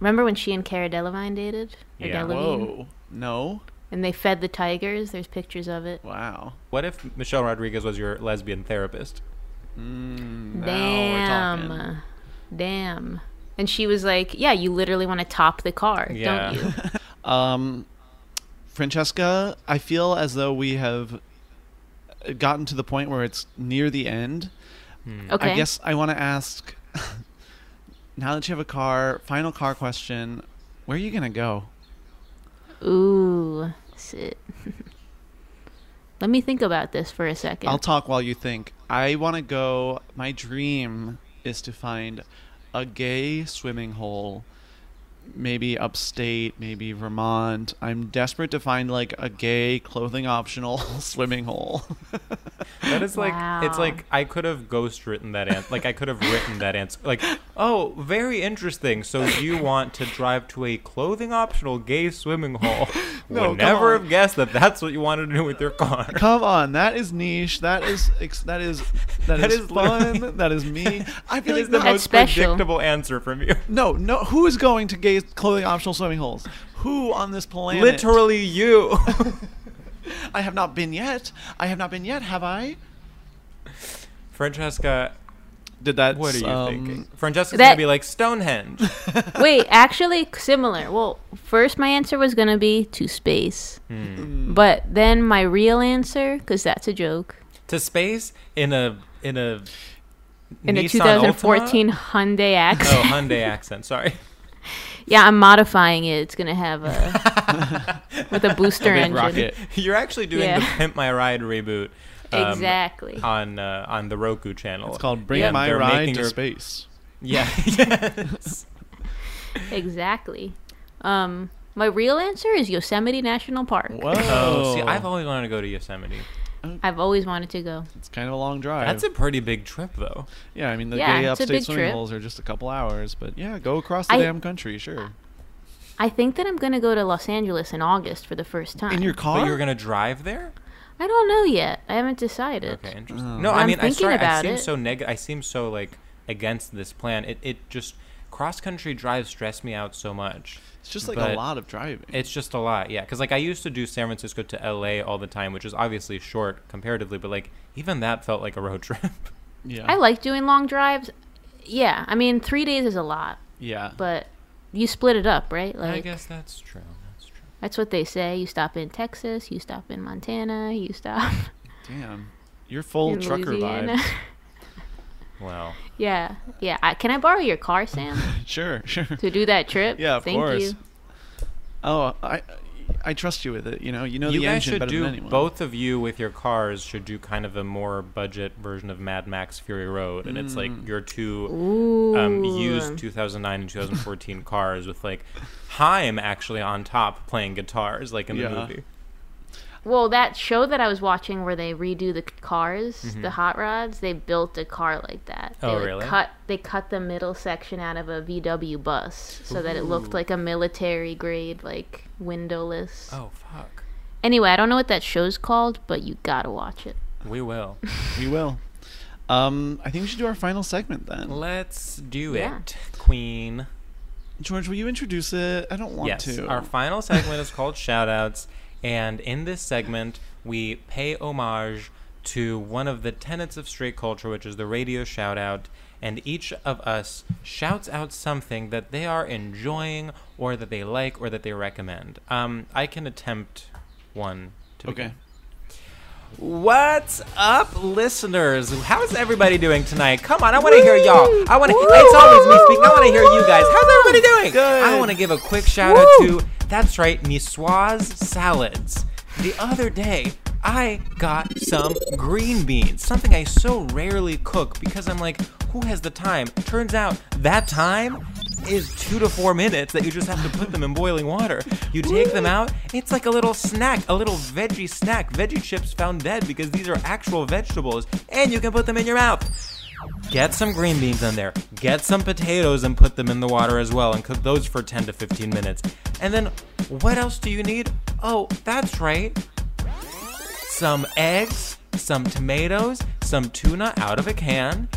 [SPEAKER 5] Remember when she and Cara Delevingne dated? Or
[SPEAKER 3] Yeah.
[SPEAKER 5] Delevingne?
[SPEAKER 2] Whoa. No.
[SPEAKER 5] And they fed the tigers. There's pictures of it.
[SPEAKER 2] Wow.
[SPEAKER 3] What if Michelle Rodriguez was your lesbian therapist?
[SPEAKER 2] Now we're Mm, talking.
[SPEAKER 5] Damn. Damn. And she was like, "Yeah, you literally want to top the car,
[SPEAKER 3] Yeah.
[SPEAKER 5] don't you?"
[SPEAKER 2] Um, Francesca, I feel as though we have gotten to the point where it's near the end.
[SPEAKER 3] Mm.
[SPEAKER 5] Okay.
[SPEAKER 2] I guess I want to ask now that you have a car, final car question, where are you going to go?
[SPEAKER 5] Ooh, shit. Let me think about this for a 2nd
[SPEAKER 2] I'll talk while you think. I want to go. My dream is to find a gay swimming hole, maybe upstate, maybe Vermont. I'm desperate to find like a gay clothing optional swimming hole.
[SPEAKER 3] That is like it's
[SPEAKER 5] Wow.
[SPEAKER 3] like I could have ghost written that answer. Like I could have written that answer. Like oh, very interesting. So you want to drive to a clothing optional gay swimming hole?
[SPEAKER 2] No, come
[SPEAKER 3] Would never
[SPEAKER 2] on.
[SPEAKER 3] have guessed that that's what you wanted to do with your car.
[SPEAKER 2] Come on, that is niche. That is ex- that is that,
[SPEAKER 3] That
[SPEAKER 2] is,
[SPEAKER 3] is literally-
[SPEAKER 2] fun. That is me. I feel like
[SPEAKER 3] It is
[SPEAKER 2] no-
[SPEAKER 3] the
[SPEAKER 5] That's
[SPEAKER 3] most
[SPEAKER 5] special.
[SPEAKER 3] predictable answer from you.
[SPEAKER 2] no, no. Who is going to gay clothing optional swimming holes? Who on this planet?
[SPEAKER 3] Literally you.
[SPEAKER 2] I have not been yet. I have not been yet. Have I?
[SPEAKER 3] Francesca,
[SPEAKER 2] Did that?
[SPEAKER 3] what are you
[SPEAKER 2] um,
[SPEAKER 3] thinking? Francesca's
[SPEAKER 5] that-
[SPEAKER 3] gonna be like Stonehenge.
[SPEAKER 5] Wait, actually, similar. Well, first my answer was gonna be to space,
[SPEAKER 3] Hmm.
[SPEAKER 5] but then my real answer, because that's a joke,
[SPEAKER 3] to space in a in a
[SPEAKER 5] in a
[SPEAKER 3] Nissan
[SPEAKER 5] 2014
[SPEAKER 3] Altima?
[SPEAKER 5] Hyundai accent.
[SPEAKER 3] Oh, Hyundai accent. Sorry.
[SPEAKER 5] Yeah, I'm modifying it. It's gonna have a with a booster engine.
[SPEAKER 2] rocket.
[SPEAKER 3] You're actually doing the
[SPEAKER 5] Yeah.
[SPEAKER 3] Pimp My Ride reboot. um,
[SPEAKER 5] Exactly.
[SPEAKER 3] On uh, on the Roku channel.
[SPEAKER 2] It's called Bring
[SPEAKER 3] And
[SPEAKER 2] My
[SPEAKER 3] they're
[SPEAKER 2] Ride
[SPEAKER 3] making
[SPEAKER 2] to
[SPEAKER 3] your-
[SPEAKER 2] Space.
[SPEAKER 3] Yeah. yes.
[SPEAKER 5] exactly. Um, my real answer is Yosemite National Park.
[SPEAKER 2] Whoa!
[SPEAKER 3] Oh, see, I've always wanted to go to Yosemite.
[SPEAKER 5] I've always wanted to go.
[SPEAKER 2] it's kind of a long drive.
[SPEAKER 3] That's a pretty big trip, though.
[SPEAKER 2] yeah, I mean the
[SPEAKER 5] Yeah,
[SPEAKER 2] gay
[SPEAKER 5] it's a
[SPEAKER 2] upstate
[SPEAKER 5] big
[SPEAKER 2] swimming
[SPEAKER 5] trip.
[SPEAKER 2] holes are just a couple hours, but yeah, go across the
[SPEAKER 5] I-
[SPEAKER 2] damn country, sure.
[SPEAKER 5] I think that I'm gonna go to Los Angeles in August for the first time.
[SPEAKER 2] In your
[SPEAKER 3] But
[SPEAKER 2] car?
[SPEAKER 3] you're gonna drive there?
[SPEAKER 5] I don't know yet. I haven't decided.
[SPEAKER 3] Okay, interesting.
[SPEAKER 2] Oh.
[SPEAKER 3] No, I
[SPEAKER 5] I'm
[SPEAKER 3] mean, I
[SPEAKER 5] thinking
[SPEAKER 3] sorry, I
[SPEAKER 5] about
[SPEAKER 3] seem
[SPEAKER 5] it.
[SPEAKER 3] so neg. I seem so like against this plan. It it just cross country drives stress me out so much.
[SPEAKER 2] it's just like a
[SPEAKER 3] but-
[SPEAKER 2] lot of driving.
[SPEAKER 3] It's just a lot, yeah. Because like I used to do San Francisco to L.A. all the time, which is obviously short comparatively, but like even that felt like a road trip.
[SPEAKER 2] yeah.
[SPEAKER 5] I like doing long drives. Yeah, I mean, three days is a lot,
[SPEAKER 2] yeah.
[SPEAKER 5] but you split it up, right? Like
[SPEAKER 3] I guess that's true. That's true.
[SPEAKER 5] that's what they say. You stop in Texas, you stop in Montana, you stop
[SPEAKER 2] Damn. You're full
[SPEAKER 5] in
[SPEAKER 2] trucker
[SPEAKER 5] Louisiana.
[SPEAKER 2] vibe.
[SPEAKER 3] Wow.
[SPEAKER 5] yeah, yeah. I, can I borrow your car, Sam,
[SPEAKER 2] Sure, sure.
[SPEAKER 5] to do that trip?
[SPEAKER 2] Yeah, of
[SPEAKER 5] Thank
[SPEAKER 2] course.
[SPEAKER 5] You.
[SPEAKER 2] Oh, I I trust you with it. You know, you know
[SPEAKER 3] you
[SPEAKER 2] the
[SPEAKER 3] guys
[SPEAKER 2] engine
[SPEAKER 3] should
[SPEAKER 2] better
[SPEAKER 3] do
[SPEAKER 2] than anyone.
[SPEAKER 3] both of you with your cars should do kind of a more budget version of Mad Max Fury Road, and it's
[SPEAKER 2] Mm.
[SPEAKER 3] like your two um, used 2009 and 2014 cars with like Haim actually on top playing guitars like in the
[SPEAKER 2] Yeah.
[SPEAKER 3] movie.
[SPEAKER 5] Well, that show that I was watching where they redo the c- cars, the hot rods, they built a car like that. They
[SPEAKER 3] Mm-hmm. Oh,
[SPEAKER 5] like,
[SPEAKER 3] really?
[SPEAKER 5] Cut they cut the middle section out of a VW bus so that it looked like a military grade, like windowless.
[SPEAKER 3] Oh fuck.
[SPEAKER 5] Anyway, I don't know what that show's called, but you gotta watch it.
[SPEAKER 3] We will.
[SPEAKER 2] We will. Um, I think we should do our final segment then.
[SPEAKER 3] Let's do
[SPEAKER 5] Yeah.
[SPEAKER 3] it, Queen.
[SPEAKER 2] George, will you introduce it? I don't want
[SPEAKER 3] yes.
[SPEAKER 2] to.
[SPEAKER 3] Our final segment is called Shoutouts, and in this segment, we pay homage to one of the tenets of straight culture, which is the radio shout out. And each of us shouts out something that they are enjoying or that they like or that they recommend. Um, I can attempt one to
[SPEAKER 2] Okay.
[SPEAKER 3] begin. What's up, listeners? How's everybody doing tonight? Come on, I want to hear y'all. I want to. It's always me speaking. I want to hear you guys. How's everybody doing? Good. I want to give a quick shout out to. That's right, Niçoise salads. The other day, I got some green beans, something I so rarely cook because I'm like, who has the time? Turns out that time is two to four minutes that you just have to put them in boiling water. You take them out, it's like a little snack, a little veggie snack. Veggie chips found dead because these are actual vegetables, and you can put them in your mouth. Get some green beans in there. Get some potatoes and put them in the water as well and cook those for 10 to 15 minutes. And then what else do you need? Oh, that's right some eggs, some tomatoes, some tuna out of a can,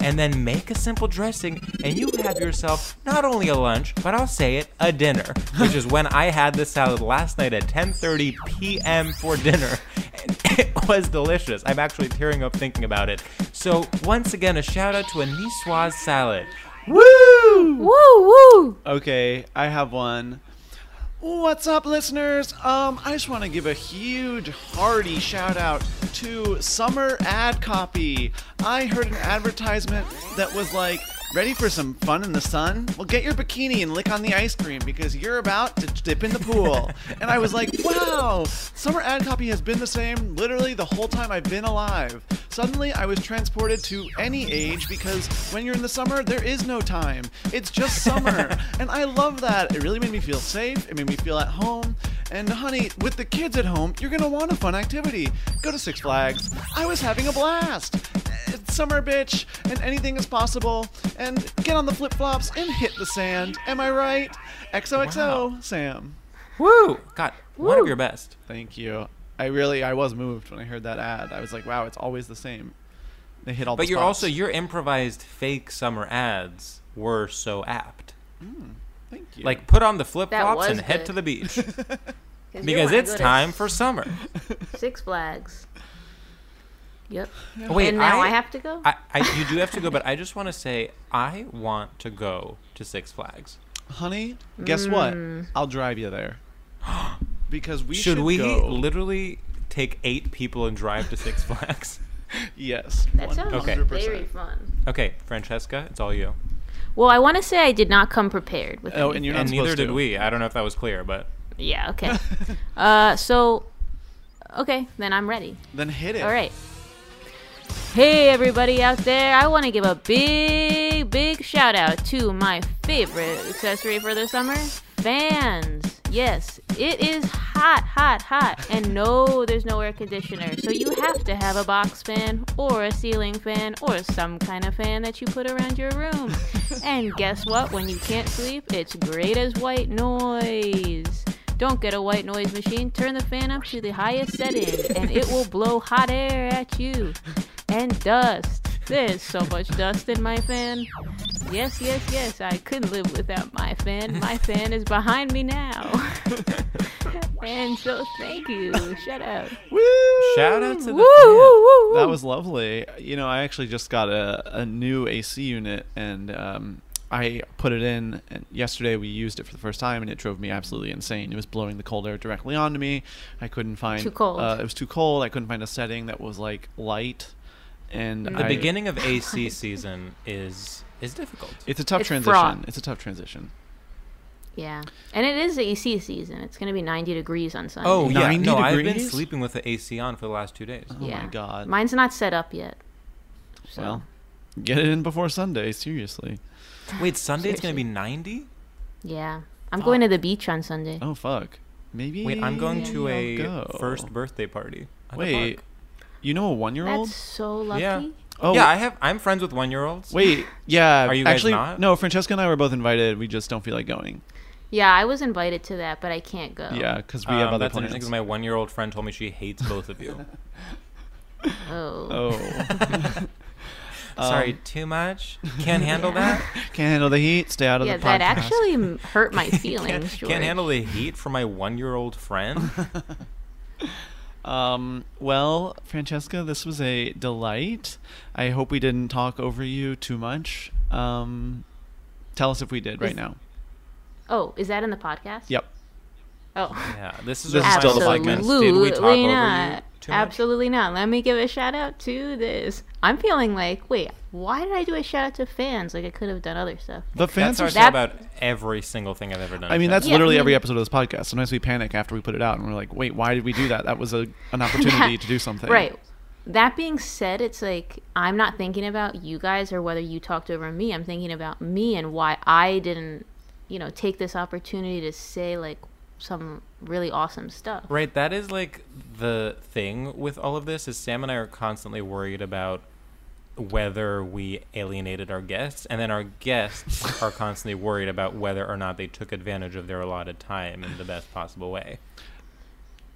[SPEAKER 3] and then make a simple dressing, and you have yourself not only a lunch, but I'll say it, a dinner, which is when I had this salad last night at 10:30 p.m. for dinner. And it was delicious. I'm actually tearing up thinking about it. So once again, a shout out to a Niçoise salad.
[SPEAKER 2] Woo!
[SPEAKER 5] Woo woo.
[SPEAKER 2] Okay, I have one. What's up, listeners? Um, I just want to give a huge, hearty shout out to Summer Ad Copy. I heard an advertisement that was like, ready for some fun in the sun? Well, get your bikini and lick on the ice cream because you're about to dip in the pool. and I was like, wow, Summer Ad Copy has been the same literally the whole time I've been alive. Suddenly, I was transported to any age because when you're in the summer, there is no time. It's just summer. and I love that. It really made me feel safe. It made me feel at home. And honey, with the kids at home, you're going to want a fun activity. Go to Six Flags. I was having a blast. It's summer, bitch, and anything is possible. And get on the flip flops and hit the sand. Am I right? XOXO, Sam.
[SPEAKER 3] Woo! God, one of your best.
[SPEAKER 2] Thank you. I really, I was moved when I heard that ad. I was like, wow, it's always the same. They hit all the
[SPEAKER 3] But you're
[SPEAKER 2] spots.
[SPEAKER 3] also your improvised fake summer ads were so apt.
[SPEAKER 2] Thank you.
[SPEAKER 3] Like put on the flip flops
[SPEAKER 5] was
[SPEAKER 3] and head
[SPEAKER 5] good.
[SPEAKER 3] to the beach
[SPEAKER 5] you
[SPEAKER 3] because
[SPEAKER 5] wanna
[SPEAKER 3] it's
[SPEAKER 5] go to
[SPEAKER 3] time for summer.
[SPEAKER 5] Six Flags. Yep.
[SPEAKER 3] Oh, wait,
[SPEAKER 5] and now
[SPEAKER 3] I-
[SPEAKER 5] I, have to go.
[SPEAKER 3] I, I you do have to go, but I just want to say I want to go to Six Flags.
[SPEAKER 2] Honey, guess
[SPEAKER 5] Mm.
[SPEAKER 2] what? I'll drive you there. because we
[SPEAKER 3] should
[SPEAKER 2] should
[SPEAKER 3] we
[SPEAKER 2] go.
[SPEAKER 3] literally take eight people and drive to Six Flags?
[SPEAKER 2] yes.
[SPEAKER 5] that sounds
[SPEAKER 2] 100%.
[SPEAKER 5] very fun.
[SPEAKER 3] okay, Francesca, it's all you.
[SPEAKER 5] Well, I want to say I did not come prepared with.
[SPEAKER 2] Oh, and you're not
[SPEAKER 3] and
[SPEAKER 2] supposed
[SPEAKER 3] neither did
[SPEAKER 2] to.
[SPEAKER 3] we. I don't know if that was clear, but
[SPEAKER 5] Yeah. Okay. uh. So. Okay, then I'm ready.
[SPEAKER 2] Then hit it.
[SPEAKER 5] All right. Hey, everybody out there. I want to give a big, big shout out to my favorite accessory for the summer fans. Yes, it is hot, hot, hot. And no, there's no air conditioner. So you have to have a box fan or a ceiling fan or some kind of fan that you put around your room. and guess what? When you can't sleep, it's great as white noise. Don't get a white noise machine. Turn the fan up to the highest setting, and it will blow hot air at you. And dust. There's so much dust in my fan. Yes, yes, yes. I couldn't live without my fan. My fan is behind me now. and so, thank you. Shut up.
[SPEAKER 3] shout out to the
[SPEAKER 5] Woo, woo, woo, woo.
[SPEAKER 2] That was lovely. You know, I actually just got a, a new AC unit and um, I put it in. And yesterday we used it for the first time and it drove me absolutely insane. It was blowing the cold air directly onto me. I couldn't find.
[SPEAKER 5] Too cold.
[SPEAKER 2] Uh, it was too cold. I couldn't find a setting that was like light. And
[SPEAKER 3] the
[SPEAKER 2] I-
[SPEAKER 3] beginning of AC season is is difficult.
[SPEAKER 2] It's a tough
[SPEAKER 5] It's
[SPEAKER 2] transition.
[SPEAKER 5] fraught.
[SPEAKER 2] It's a tough transition.
[SPEAKER 5] Yeah. And it is the AC season. It's going to be 90 degrees on Sunday.
[SPEAKER 3] Oh yeah,
[SPEAKER 2] 90
[SPEAKER 3] no, I've been
[SPEAKER 2] degrees?
[SPEAKER 3] sleeping with the AC on for the last two days.
[SPEAKER 2] Oh my god.
[SPEAKER 5] Mine's not set up yet. So.
[SPEAKER 2] Well, get it in before Sunday. Seriously.
[SPEAKER 3] Wait, Sunday it's gonna be ninety.
[SPEAKER 5] Yeah. I'm going to the beach on Sunday.
[SPEAKER 2] Oh fuck. Maybe.
[SPEAKER 3] Wait, I'm going to
[SPEAKER 2] I'll
[SPEAKER 3] a
[SPEAKER 2] go.
[SPEAKER 3] first birthday party. at the
[SPEAKER 2] Wait,
[SPEAKER 3] park.
[SPEAKER 2] you know a one-year-old?
[SPEAKER 5] That's so lucky.
[SPEAKER 3] Yeah.
[SPEAKER 2] Oh,
[SPEAKER 3] yeah, I have. I'm friends with one year olds.
[SPEAKER 2] wait, yeah.
[SPEAKER 3] Are you guys
[SPEAKER 2] actually,
[SPEAKER 3] not?
[SPEAKER 2] no. Francesca and I were both invited. We just don't feel like going.
[SPEAKER 5] Yeah, I was invited to that, but I can't go.
[SPEAKER 2] Yeah, because we
[SPEAKER 3] Um,
[SPEAKER 2] have other
[SPEAKER 3] that's interesting
[SPEAKER 2] plans.
[SPEAKER 3] because my one year old friend told me she hates both of you.
[SPEAKER 5] Oh.
[SPEAKER 2] oh, Um.
[SPEAKER 3] Sorry, too much? Can't handle that?
[SPEAKER 2] can't handle the heat. Stay out of
[SPEAKER 5] Yeah,
[SPEAKER 2] the podcast.
[SPEAKER 5] that actually m- hurt my feelings.
[SPEAKER 3] Can't handle the heat from my one year old friend?
[SPEAKER 2] Um, well, Francesca, this was a delight. I hope we didn't talk over you too much. Um, tell us if we did right
[SPEAKER 5] Is-
[SPEAKER 2] now.
[SPEAKER 5] Oh, is that in the podcast?
[SPEAKER 2] Yep.
[SPEAKER 5] Oh.
[SPEAKER 3] Yeah, this is
[SPEAKER 2] This
[SPEAKER 3] our
[SPEAKER 2] is still the
[SPEAKER 3] final
[SPEAKER 2] podcast.
[SPEAKER 3] segment. Did we talk over
[SPEAKER 5] Absolutely
[SPEAKER 3] you
[SPEAKER 5] not.
[SPEAKER 3] too much?
[SPEAKER 5] Absolutely not. Let me give a shout out to this. I'm feeling like, wait, why did I do a shout out to fans? Like I could have done other stuff.
[SPEAKER 2] The
[SPEAKER 3] That's
[SPEAKER 2] fans
[SPEAKER 3] our
[SPEAKER 2] are.
[SPEAKER 3] show
[SPEAKER 5] That-
[SPEAKER 3] about every single thing I've ever done.
[SPEAKER 2] I mean, that's
[SPEAKER 5] Yeah,
[SPEAKER 2] literally
[SPEAKER 5] I
[SPEAKER 2] every
[SPEAKER 5] mean-
[SPEAKER 2] episode of this podcast. Sometimes we panic after we put it out, and we're like, "Wait, why did we do that? That was a an opportunity to do something."
[SPEAKER 5] Right. That being said, it's like I'm not thinking about you guys or whether you talked over me. I'm thinking about me and why I didn't, you know, take this opportunity to say like some really awesome stuff.
[SPEAKER 3] Right, that is like the thing with all of this is Sam and I are constantly worried about whether we alienated our guests and then our guests are constantly worried about whether or not they took advantage of their allotted time in the best possible way.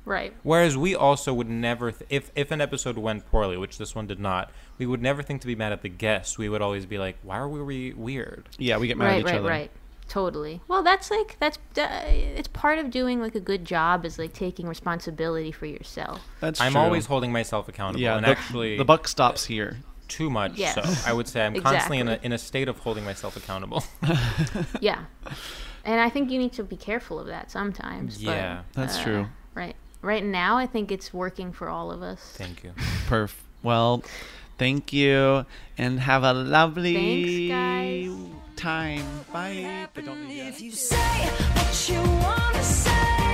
[SPEAKER 5] Right.
[SPEAKER 3] Whereas we also would never, th- if if an episode went poorly, which this one did not, we would never think to be mad at the guests. We would always be like, "Why are we weird?"
[SPEAKER 2] Yeah, we get mad at
[SPEAKER 5] right
[SPEAKER 2] each
[SPEAKER 5] right
[SPEAKER 2] other.
[SPEAKER 5] right totally well that's like that's uh, it's part of doing like a good job is like taking responsibility for yourself
[SPEAKER 2] That's
[SPEAKER 3] I'm
[SPEAKER 2] true.
[SPEAKER 3] always holding myself accountable,
[SPEAKER 2] yeah.
[SPEAKER 3] and
[SPEAKER 2] the,
[SPEAKER 3] actually,
[SPEAKER 2] the buck stops here.
[SPEAKER 3] too much.
[SPEAKER 5] Yes.
[SPEAKER 3] So I would say I'm constantly in a
[SPEAKER 5] Exactly.
[SPEAKER 3] in a state of holding myself accountable.
[SPEAKER 5] yeah and i think you need to be careful of that sometimes but,
[SPEAKER 3] Yeah.
[SPEAKER 2] That's
[SPEAKER 5] uh,
[SPEAKER 2] true.
[SPEAKER 5] right right now i think it's working for all of us
[SPEAKER 3] Thank you.
[SPEAKER 2] Perf. Well, thank you, and have a lovely
[SPEAKER 5] guys.
[SPEAKER 2] time. Bye. But don't leave yet.
[SPEAKER 7] If you say what you want to say.